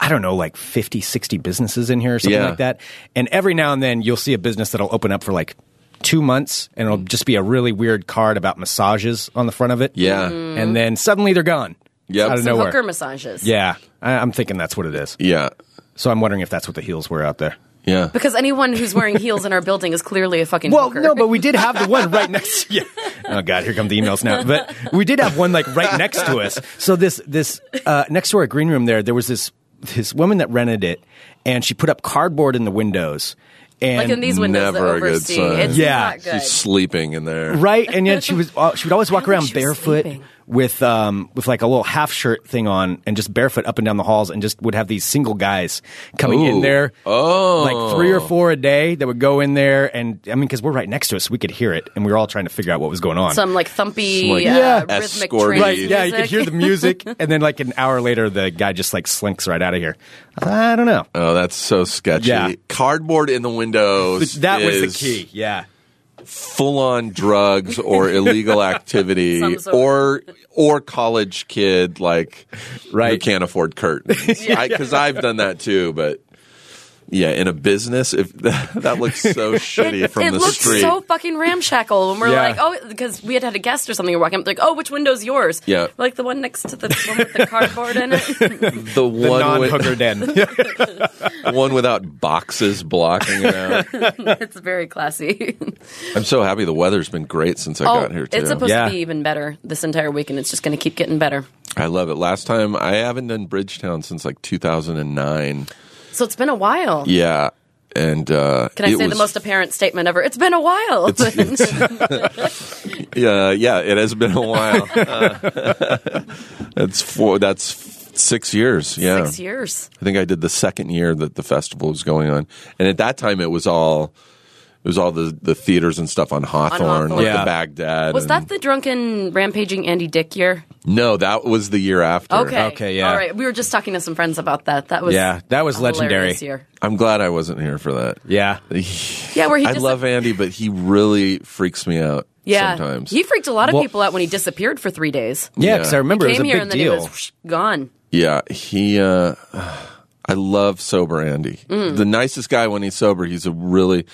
[SPEAKER 1] I don't know, like 50, 60 businesses in here or something
[SPEAKER 9] Yeah.
[SPEAKER 1] like that. And every now and then you'll see a business that'll open up for like two months and it'll just be a really weird card about massages on the front of it.
[SPEAKER 7] Mm.
[SPEAKER 9] Yeah.
[SPEAKER 7] Mm-hmm.
[SPEAKER 1] And then suddenly they're gone.
[SPEAKER 9] Yep.
[SPEAKER 1] Out of
[SPEAKER 7] Some
[SPEAKER 1] nowhere.
[SPEAKER 7] hooker massages.
[SPEAKER 1] Yeah. I, I'm thinking that's what it is.
[SPEAKER 9] Yeah,
[SPEAKER 1] So I'm wondering if that's what the heels were out there.
[SPEAKER 9] yeah.
[SPEAKER 7] Because anyone who's wearing heels in our building is clearly a fucking
[SPEAKER 1] Well,
[SPEAKER 7] hooker.
[SPEAKER 1] no, but we did have the one right next. Yeah. Oh God, here come the emails now. But we did have one like right next to us. So this this uh, next door green room there, there was this this woman that rented it, and she put up cardboard in the windows. And
[SPEAKER 7] like in these windows that
[SPEAKER 9] never a good
[SPEAKER 7] oversee,
[SPEAKER 9] sign.
[SPEAKER 7] it's
[SPEAKER 1] Yeah.
[SPEAKER 7] not good.
[SPEAKER 9] She's sleeping in there.
[SPEAKER 1] Right, and yet she was uh, she would always walk
[SPEAKER 7] I
[SPEAKER 1] around
[SPEAKER 7] wish you were
[SPEAKER 1] barefoot
[SPEAKER 7] sleeping.
[SPEAKER 1] with um with like a little half shirt thing on and just barefoot up and down the halls and just would have these single guys coming in
[SPEAKER 9] Ooh.
[SPEAKER 1] there.
[SPEAKER 9] Oh,
[SPEAKER 1] Like three or four a day that would go in there, and I mean, because we're right next to us, we could hear it, and we were all trying to figure out what was going on.
[SPEAKER 7] Some like thumpy,
[SPEAKER 9] Some, like,
[SPEAKER 7] uh,
[SPEAKER 9] Yeah.
[SPEAKER 7] rhythmic
[SPEAKER 9] escort-y.
[SPEAKER 7] trance
[SPEAKER 1] Right, yeah, you
[SPEAKER 7] music.
[SPEAKER 1] could hear the music, and then like an hour later, the guy just like slinks right out of here. I don't know.
[SPEAKER 9] Oh, that's so sketchy.
[SPEAKER 1] Yeah.
[SPEAKER 9] Cardboard in the windows.
[SPEAKER 1] That was the
[SPEAKER 9] is
[SPEAKER 1] key. Yeah,
[SPEAKER 9] Full on drugs or illegal activity
[SPEAKER 7] Some sort.
[SPEAKER 9] or or college kid like who
[SPEAKER 1] Right.
[SPEAKER 9] can't afford curtains. Because I've done that too, but yeah, in a business, if that looks so shitty from
[SPEAKER 7] it
[SPEAKER 9] the
[SPEAKER 7] looked
[SPEAKER 9] street.
[SPEAKER 7] so fucking ramshackle when we're
[SPEAKER 1] Yeah.
[SPEAKER 7] like, oh, because we had had a guest or something. We're walking up, like, oh, which window's yours?
[SPEAKER 9] Yeah.
[SPEAKER 7] like the one next to the one with the cardboard in it.
[SPEAKER 9] the
[SPEAKER 1] the
[SPEAKER 9] one with-
[SPEAKER 1] non-hooker den.
[SPEAKER 9] one without boxes blocking it out.
[SPEAKER 7] it's very classy.
[SPEAKER 9] I'm so happy the weather's been great since I
[SPEAKER 7] oh,
[SPEAKER 9] got here too.
[SPEAKER 7] it's supposed
[SPEAKER 1] Yeah.
[SPEAKER 7] to be even better this entire week, and it's just going to keep getting better.
[SPEAKER 9] I love it. Last time I haven't done Bridgetown since like 2009.
[SPEAKER 7] So it's been a while.
[SPEAKER 9] Yeah, and uh,
[SPEAKER 7] Can I
[SPEAKER 9] it
[SPEAKER 7] say the
[SPEAKER 9] was-
[SPEAKER 7] most apparent statement ever? It's been a while.
[SPEAKER 9] Yeah, yeah, it has been a while. Uh, that's four. That's f- six years. Yeah,
[SPEAKER 7] Six years.
[SPEAKER 9] I think I did the second year that the festival was going on, and at that time it was all. It was all the, the theaters and stuff on Hawthorne,
[SPEAKER 7] Hawthorne.
[SPEAKER 9] like
[SPEAKER 1] Yeah.
[SPEAKER 9] the Baghdad.
[SPEAKER 7] Was that
[SPEAKER 9] and-
[SPEAKER 7] the drunken rampaging Andy Dick year?
[SPEAKER 9] no? That was the year after.
[SPEAKER 7] Okay.
[SPEAKER 1] Okay, yeah.
[SPEAKER 7] All right. We were just talking to some friends about that. That was
[SPEAKER 1] Yeah, that was
[SPEAKER 7] a hilarious
[SPEAKER 1] legendary.
[SPEAKER 7] Year.
[SPEAKER 9] I'm glad I wasn't here for that.
[SPEAKER 1] yeah,
[SPEAKER 7] Yeah, where he
[SPEAKER 9] I
[SPEAKER 7] just
[SPEAKER 9] love Andy, but he really freaks me out.
[SPEAKER 7] yeah.
[SPEAKER 9] sometimes
[SPEAKER 7] He freaked a lot of
[SPEAKER 1] Well-
[SPEAKER 7] people out when he disappeared for three days.
[SPEAKER 1] yeah. Because I remember it was
[SPEAKER 7] Came
[SPEAKER 1] a
[SPEAKER 7] here
[SPEAKER 1] big
[SPEAKER 7] and then
[SPEAKER 1] deal.
[SPEAKER 7] he was whoosh, gone.
[SPEAKER 9] Yeah, he. Uh, I love sober Andy.
[SPEAKER 7] Mm.
[SPEAKER 9] The nicest guy when he's sober. He's a really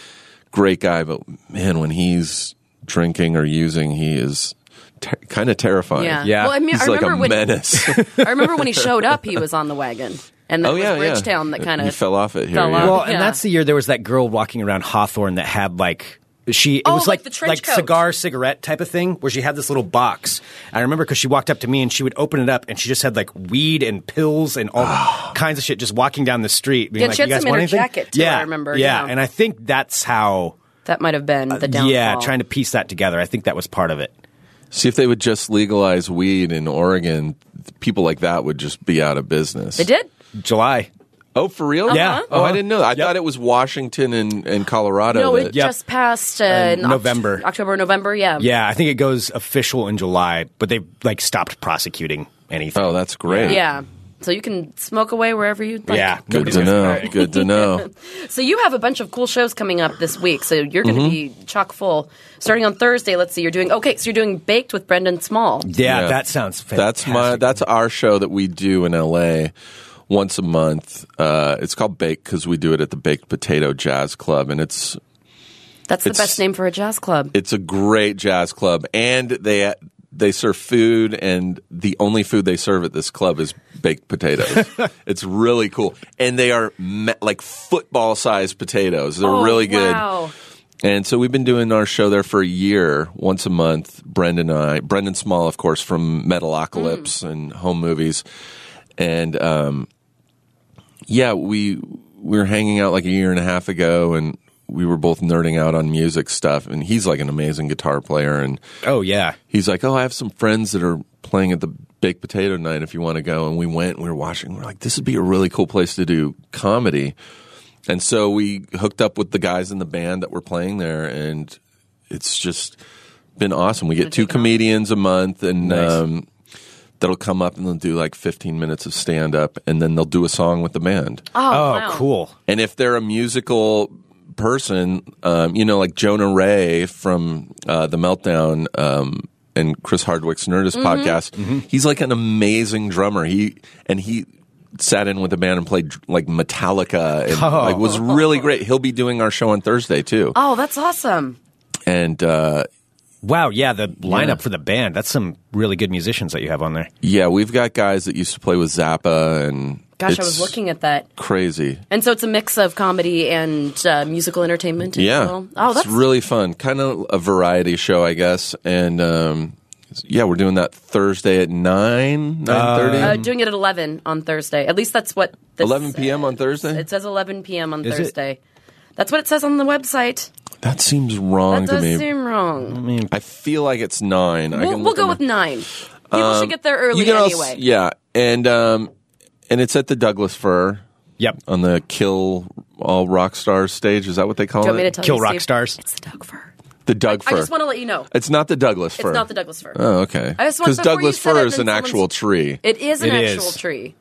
[SPEAKER 9] great guy, but man, when he's drinking or using, he is ter- kind of terrifying.
[SPEAKER 7] Yeah.
[SPEAKER 1] Yeah.
[SPEAKER 7] Well, I mean,
[SPEAKER 9] he's
[SPEAKER 7] I
[SPEAKER 9] like
[SPEAKER 7] remember
[SPEAKER 9] a
[SPEAKER 7] when
[SPEAKER 9] menace.
[SPEAKER 7] I remember when he showed up, he was on the wagon, and then
[SPEAKER 9] oh
[SPEAKER 7] it was
[SPEAKER 9] yeah,
[SPEAKER 7] Bridgetown
[SPEAKER 9] yeah.
[SPEAKER 7] that kind
[SPEAKER 9] He
[SPEAKER 7] of
[SPEAKER 9] fell off it here.
[SPEAKER 7] fell
[SPEAKER 9] yeah.
[SPEAKER 7] off.
[SPEAKER 1] Well,
[SPEAKER 7] Uh, Yeah.
[SPEAKER 1] and that's the year there was that girl walking around Hawthorne that had like she it
[SPEAKER 7] Oh,
[SPEAKER 1] was
[SPEAKER 7] like
[SPEAKER 1] like
[SPEAKER 7] the trench coat.
[SPEAKER 1] cigar cigarette type of thing where she had this little box. I remember because she walked up to me and she would open it up and she just had like weed and pills and all kinds of shit just walking down the street. Being
[SPEAKER 7] Yeah,
[SPEAKER 1] like,
[SPEAKER 7] she had
[SPEAKER 1] you guys
[SPEAKER 7] some in
[SPEAKER 1] want
[SPEAKER 7] her
[SPEAKER 1] anything?
[SPEAKER 7] jacket, too, I
[SPEAKER 1] Yeah,
[SPEAKER 7] remember,
[SPEAKER 1] Yeah.
[SPEAKER 7] yeah.
[SPEAKER 1] and I think that's how.
[SPEAKER 7] that might have been the downfall.
[SPEAKER 1] Yeah, trying to piece that together. I think that was part of it.
[SPEAKER 9] See if they would just legalize weed in Oregon. People like that would just be out of business.
[SPEAKER 7] They did.
[SPEAKER 1] July.
[SPEAKER 9] Oh, for real?
[SPEAKER 1] Yeah.
[SPEAKER 9] Oh,
[SPEAKER 7] Uh-huh.
[SPEAKER 9] I didn't know. I thought it was Washington and, and Colorado.
[SPEAKER 7] No,
[SPEAKER 9] that,
[SPEAKER 7] it just passed uh, in Oct-
[SPEAKER 1] November.
[SPEAKER 7] October, November. Yeah.
[SPEAKER 1] Yeah, I think it goes official in July, but they like stopped prosecuting anything.
[SPEAKER 9] Oh, that's great.
[SPEAKER 7] Yeah. So you can smoke away wherever you'd like.
[SPEAKER 1] yeah,
[SPEAKER 9] Uh, Good
[SPEAKER 1] nobody's
[SPEAKER 9] to
[SPEAKER 1] gonna-
[SPEAKER 9] know. Good to know.
[SPEAKER 7] So you have a bunch of cool shows coming up this week. So you're going to be chock full. Starting on Thursday, let's see. You're doing okay. So you're doing Baked with Brendan Small.
[SPEAKER 1] Yeah,
[SPEAKER 9] Yeah.
[SPEAKER 1] that sounds fantastic.
[SPEAKER 9] That's my that's our show that we do in LA once a month. Uh, it's called Bake because we do it at the Baked Potato Jazz Club, and it's
[SPEAKER 7] That's the
[SPEAKER 9] It's-
[SPEAKER 7] best name for a jazz club.
[SPEAKER 9] it's a great jazz club, and they they serve food, and the only food they serve at this club is baked potatoes. it's really cool, and they are ma- like football sized potatoes. They're
[SPEAKER 7] Oh,
[SPEAKER 9] really good.
[SPEAKER 7] Wow.
[SPEAKER 9] And so we've been doing our show there for a year, once a month. Brendan and I, Brendan Small, of course, from Metalocalypse
[SPEAKER 7] Mm.
[SPEAKER 9] and Home Movies, and um, yeah, we we were hanging out like a year and a half ago, and we were both nerding out on music stuff, and he's like an amazing guitar player. And
[SPEAKER 1] oh yeah,
[SPEAKER 9] he's like, oh, I have some friends that are playing at the Baked Potato Night if you want to go. And we went, and we were watching. We're like, this would be a really cool place to do comedy. And so we hooked up with the guys in the band that were playing there, and it's just been awesome. We get two comedians a month, and um, that'll come up and they'll do like 15 minutes of stand up, and then they'll do a song with the band.
[SPEAKER 7] Oh, Oh, wow.
[SPEAKER 1] cool!
[SPEAKER 9] And if they're a musical person, um, you know, like Jonah Ray from uh, The Meltdown. Um, and Chris Hardwick's Nerdist
[SPEAKER 7] Mm-hmm.
[SPEAKER 12] Mhm.
[SPEAKER 9] podcast. He's like an amazing drummer. He and he sat in with the band and played like Metallica and
[SPEAKER 7] Oh.
[SPEAKER 9] like was really great. He'll be doing our show on Thursday too.
[SPEAKER 7] Oh, that's awesome.
[SPEAKER 9] And uh,
[SPEAKER 1] wow, yeah, the lineup
[SPEAKER 9] Yeah.
[SPEAKER 1] for the band. That's some really good musicians that you have on there.
[SPEAKER 9] yeah, we've got guys that used to play with Zappa and
[SPEAKER 7] Gosh,
[SPEAKER 9] it's
[SPEAKER 7] I was looking at that.
[SPEAKER 9] crazy.
[SPEAKER 7] And so it's a mix of comedy and uh, musical entertainment. as
[SPEAKER 9] Yeah,
[SPEAKER 7] well. Oh, that's
[SPEAKER 9] it's really fun. Kind of a variety show, I guess. And um, yeah, we're doing that Thursday at nine nine thirty.
[SPEAKER 7] Uh, doing it at 11 on Thursday. At least that's what this,
[SPEAKER 9] 11 p.m. on Thursday?
[SPEAKER 7] it says 11 p.m. on
[SPEAKER 9] Is it?
[SPEAKER 7] Thursday. That's what it says on the website.
[SPEAKER 9] That seems wrong
[SPEAKER 7] that does
[SPEAKER 9] to me.
[SPEAKER 7] seem
[SPEAKER 9] I
[SPEAKER 7] wrong.
[SPEAKER 9] mean, I feel like it's nine. I
[SPEAKER 7] We'll,
[SPEAKER 9] can
[SPEAKER 7] we'll
[SPEAKER 9] look
[SPEAKER 7] go
[SPEAKER 9] on
[SPEAKER 7] with
[SPEAKER 9] my-
[SPEAKER 7] 9. People
[SPEAKER 9] Um,
[SPEAKER 7] should get there early
[SPEAKER 9] you can
[SPEAKER 7] anyway.
[SPEAKER 9] also- yeah, and um, and it's at the Douglas Fir.
[SPEAKER 1] Yep,
[SPEAKER 9] on the Kill All Rock Stars stage. Is that what they
[SPEAKER 7] Do
[SPEAKER 9] call
[SPEAKER 7] you
[SPEAKER 9] it?
[SPEAKER 7] want me to tell you, Steve? It's the Doug Fir.
[SPEAKER 9] The Doug Fir.
[SPEAKER 7] I just want to let you know.
[SPEAKER 9] It's not the Douglas
[SPEAKER 7] It's
[SPEAKER 9] Fir.
[SPEAKER 7] not the Douglas fir.
[SPEAKER 9] Oh, okay.
[SPEAKER 7] I just want- before you
[SPEAKER 9] Douglas
[SPEAKER 7] said
[SPEAKER 9] Fir
[SPEAKER 7] it,
[SPEAKER 9] is
[SPEAKER 7] then
[SPEAKER 9] an
[SPEAKER 7] someone
[SPEAKER 9] actual tree.
[SPEAKER 7] It is an
[SPEAKER 9] It
[SPEAKER 7] actual
[SPEAKER 9] is.
[SPEAKER 7] tree.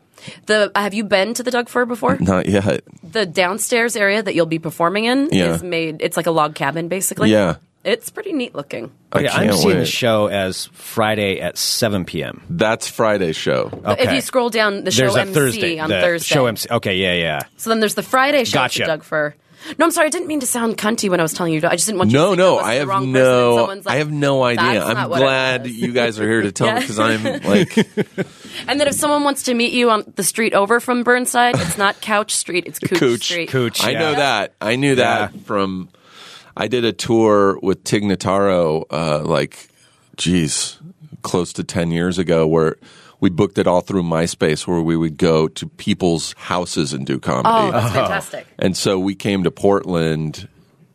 [SPEAKER 7] The have you been to the Doug Fir before?
[SPEAKER 9] Not yet.
[SPEAKER 7] The downstairs area that you'll be performing in
[SPEAKER 1] Yeah.
[SPEAKER 7] is made. It's like a log cabin, basically.
[SPEAKER 1] Yeah.
[SPEAKER 7] it's pretty neat looking.
[SPEAKER 1] Okay, I'm
[SPEAKER 9] can't
[SPEAKER 1] seeing the
[SPEAKER 9] wait.
[SPEAKER 1] show as Friday at 7 p.m.
[SPEAKER 9] That's Friday's show.
[SPEAKER 7] But If you scroll down, the show
[SPEAKER 1] there's a
[SPEAKER 7] MC
[SPEAKER 1] Thursday,
[SPEAKER 7] on
[SPEAKER 1] the
[SPEAKER 7] Thursday.
[SPEAKER 1] Show MC. Okay, yeah, yeah.
[SPEAKER 7] so then there's the Friday show
[SPEAKER 1] Gotcha.
[SPEAKER 7] at the Doug Fir. No, I'm sorry. I didn't mean to sound cunty when I was telling you. I just didn't want you.
[SPEAKER 9] No,
[SPEAKER 7] to
[SPEAKER 9] no,
[SPEAKER 7] think
[SPEAKER 9] I
[SPEAKER 7] was the
[SPEAKER 9] have
[SPEAKER 7] wrong person.
[SPEAKER 9] no,
[SPEAKER 7] Someone's
[SPEAKER 9] I
[SPEAKER 7] like-
[SPEAKER 9] have no idea.
[SPEAKER 7] "That's
[SPEAKER 9] I'm
[SPEAKER 7] not what it
[SPEAKER 9] glad you guys are here to tell me
[SPEAKER 7] Yeah.
[SPEAKER 9] because I'm like,
[SPEAKER 7] And then if someone wants to meet you on the street over from Burnside, it's not Couch Street. It's Cooch,
[SPEAKER 9] Cooch.
[SPEAKER 7] Street.
[SPEAKER 9] I know that. I knew that from. I did a tour with Tig Notaro, uh, like, geez, close to ten years ago, where we booked it all through MySpace, where we would go to people's houses and do comedy.
[SPEAKER 7] Oh, that's fantastic.
[SPEAKER 9] And so we came to Portland.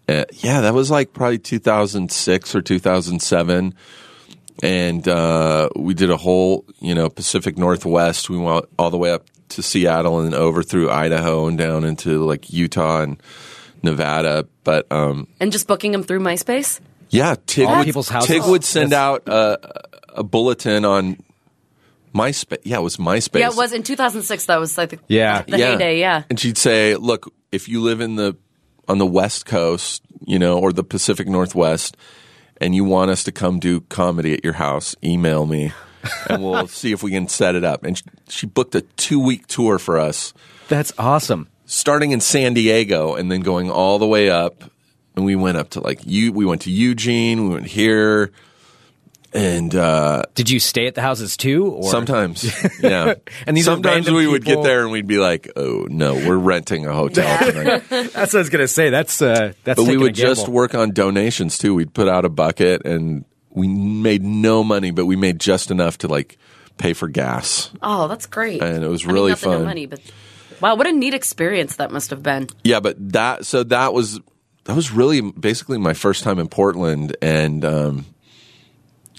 [SPEAKER 9] uh yeah, that was like probably 2006 or 2007. And uh, we did a whole, you know, Pacific Northwest. We went all the way up to Seattle and over through Idaho and down into like Utah and Nevada. But um,
[SPEAKER 7] And just booking them through MySpace.
[SPEAKER 9] yeah, Tig
[SPEAKER 7] All
[SPEAKER 9] would,
[SPEAKER 7] people's houses?
[SPEAKER 9] Tig would send out a, a bulletin on MySpace. Yeah, it was MySpace.
[SPEAKER 7] Yeah, it was in 2006. That was like the,
[SPEAKER 9] Yeah,
[SPEAKER 7] the heyday. Yeah.
[SPEAKER 9] And she'd say, "Look, if you live in the on the West Coast, you know, or the Pacific Northwest, and you want us to come do comedy at your house, email me, and we'll see if we can set it up." And she, she booked a two week tour for us.
[SPEAKER 1] That's awesome.
[SPEAKER 9] Starting in San Diego and then going all the way up, and we went up to like you. We went to Eugene. We went here. And uh,
[SPEAKER 1] did you stay at the houses too? Or?
[SPEAKER 9] Sometimes, yeah.
[SPEAKER 1] And these are
[SPEAKER 9] sometimes
[SPEAKER 1] random
[SPEAKER 9] we would
[SPEAKER 1] people-
[SPEAKER 9] get there and we'd be like, "Oh no, we're renting a hotel." tonight."
[SPEAKER 1] that's what I was gonna say. That's uh, that's.
[SPEAKER 9] but we
[SPEAKER 1] taking a
[SPEAKER 9] would just
[SPEAKER 1] gamble.
[SPEAKER 9] work on donations too. We'd put out a bucket and we made no money, but we made just enough to like pay for gas.
[SPEAKER 7] Oh, that's great.
[SPEAKER 9] And it was
[SPEAKER 7] I mean,
[SPEAKER 9] really
[SPEAKER 7] not that no
[SPEAKER 9] fun.
[SPEAKER 7] money, but wow, what a neat experience that must have been.
[SPEAKER 9] Yeah, but that so that was that was really basically my first time in Portland and um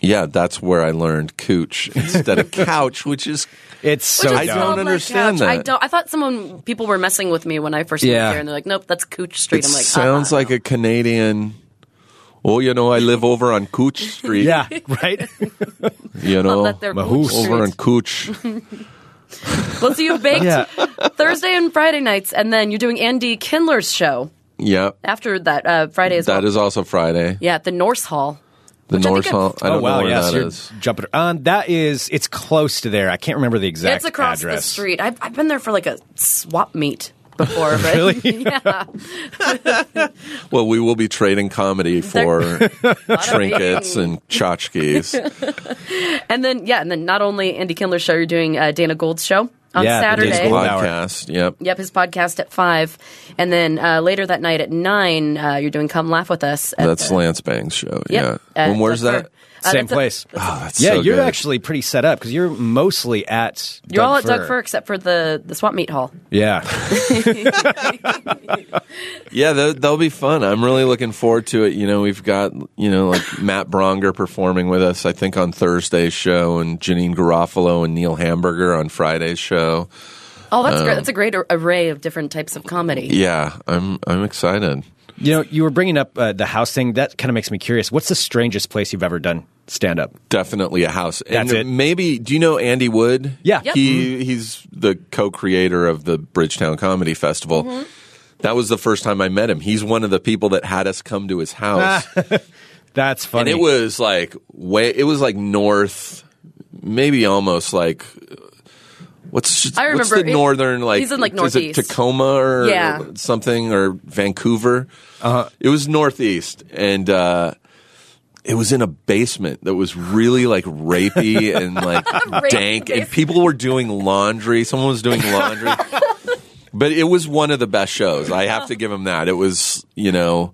[SPEAKER 9] yeah, that's where I learned cooch instead of couch, which is
[SPEAKER 1] it's
[SPEAKER 7] Which is called
[SPEAKER 9] I don't
[SPEAKER 7] Oh my
[SPEAKER 9] understand
[SPEAKER 7] couch.
[SPEAKER 9] that.
[SPEAKER 7] I don't. I thought someone people were messing with me when I first moved
[SPEAKER 9] Yeah.
[SPEAKER 7] here, and they're like, "Nope, that's Cooch Street."
[SPEAKER 9] it
[SPEAKER 7] I'm like, "Uh-uh."
[SPEAKER 9] sounds like a Canadian. Oh, you know, I live over on Cooch Street.
[SPEAKER 1] Yeah, right.
[SPEAKER 9] you know,
[SPEAKER 7] that they're Cooch Mahoos.
[SPEAKER 9] over on
[SPEAKER 7] Street.
[SPEAKER 9] Cooch.
[SPEAKER 7] Well, so you baked
[SPEAKER 9] Yeah.
[SPEAKER 7] Thursday and Friday nights, and then you're doing Andy Kindler's show
[SPEAKER 9] Yeah,
[SPEAKER 7] after that uh, Friday as
[SPEAKER 9] that
[SPEAKER 7] well.
[SPEAKER 9] is also Friday.
[SPEAKER 7] yeah, at the Norse Hall.
[SPEAKER 9] The
[SPEAKER 7] Which I
[SPEAKER 9] Norse
[SPEAKER 7] think I-
[SPEAKER 9] Hall. I
[SPEAKER 1] oh
[SPEAKER 9] don't
[SPEAKER 1] wow,
[SPEAKER 9] know where
[SPEAKER 1] yeah, so
[SPEAKER 9] that
[SPEAKER 1] you're
[SPEAKER 9] is.
[SPEAKER 1] Jumping. Um, that is. It's close to there. I can't remember the exact.
[SPEAKER 7] it's across the
[SPEAKER 1] address.
[SPEAKER 7] street. I've, I've been there for like a swap meet before, right? yeah.
[SPEAKER 9] Well, we will be trading comedy for trinkets and tchotchkes.
[SPEAKER 7] and then yeah, and then not only Andy Kindler's show, you're doing uh, Dana Gold's show on Saturday.
[SPEAKER 9] His podcast. Yep.
[SPEAKER 7] Yep, his podcast at five, and then uh, later that night at nine, uh, you're doing "Come Laugh with Us." At
[SPEAKER 9] That's
[SPEAKER 7] the-
[SPEAKER 9] Lance Bang's show.
[SPEAKER 7] Yep.
[SPEAKER 9] Yeah.
[SPEAKER 7] Uh,
[SPEAKER 9] and where's
[SPEAKER 7] that's
[SPEAKER 9] that?
[SPEAKER 7] where- uh,
[SPEAKER 1] Same
[SPEAKER 7] that's a-
[SPEAKER 1] place.
[SPEAKER 9] Oh, that's
[SPEAKER 1] yeah,
[SPEAKER 9] so
[SPEAKER 1] you're
[SPEAKER 9] good.
[SPEAKER 1] actually pretty set up because you're mostly at.
[SPEAKER 7] You're
[SPEAKER 1] Doug
[SPEAKER 7] all at Doug
[SPEAKER 1] Fir.
[SPEAKER 7] Fur except for the the swap meet hall.
[SPEAKER 1] Yeah.
[SPEAKER 9] Yeah, that, that'll be fun. I'm really looking forward to it. You know, we've got you know like Matt Bronger performing with us. I think on Thursday's show, and Janine Garofalo and Neil Hamburger on Friday's show.
[SPEAKER 7] Oh, that's great.
[SPEAKER 9] Um,
[SPEAKER 7] That's a great ar- array of different types of comedy.
[SPEAKER 9] Yeah, I'm I'm excited.
[SPEAKER 1] You know, you were bringing up uh, the house thing. That kind of makes me curious. What's the strangest place you've ever done stand up?
[SPEAKER 9] Definitely a house.
[SPEAKER 1] That's
[SPEAKER 9] and
[SPEAKER 1] it.
[SPEAKER 9] Maybe do you know Andy Wood?
[SPEAKER 1] Yeah. Mm-hmm.
[SPEAKER 7] Yep.
[SPEAKER 9] he he's the co-creator of the Bridgetown Comedy Festival.
[SPEAKER 7] Mm-hmm.
[SPEAKER 9] That was the first time I met him. He's one of the people that had us come to his house.
[SPEAKER 1] That's Ah, funny.
[SPEAKER 9] And it was like way. It was like north, maybe almost like what's
[SPEAKER 7] I
[SPEAKER 9] what's the
[SPEAKER 7] remember it-
[SPEAKER 9] northern like
[SPEAKER 7] he's in, like,
[SPEAKER 9] is it
[SPEAKER 7] northeast.
[SPEAKER 9] Tacoma or
[SPEAKER 7] Yeah.
[SPEAKER 9] something or Vancouver. Uh-huh. It was northeast and. uh it was in a basement that was really like rapey and like
[SPEAKER 7] Rape
[SPEAKER 9] dank, and
[SPEAKER 7] basement.
[SPEAKER 9] people were doing laundry. Someone was doing laundry. But it was one of the best shows. I have to give him that. It was, you know,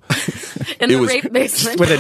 [SPEAKER 7] In the
[SPEAKER 9] It was-
[SPEAKER 7] rape basement.
[SPEAKER 1] with a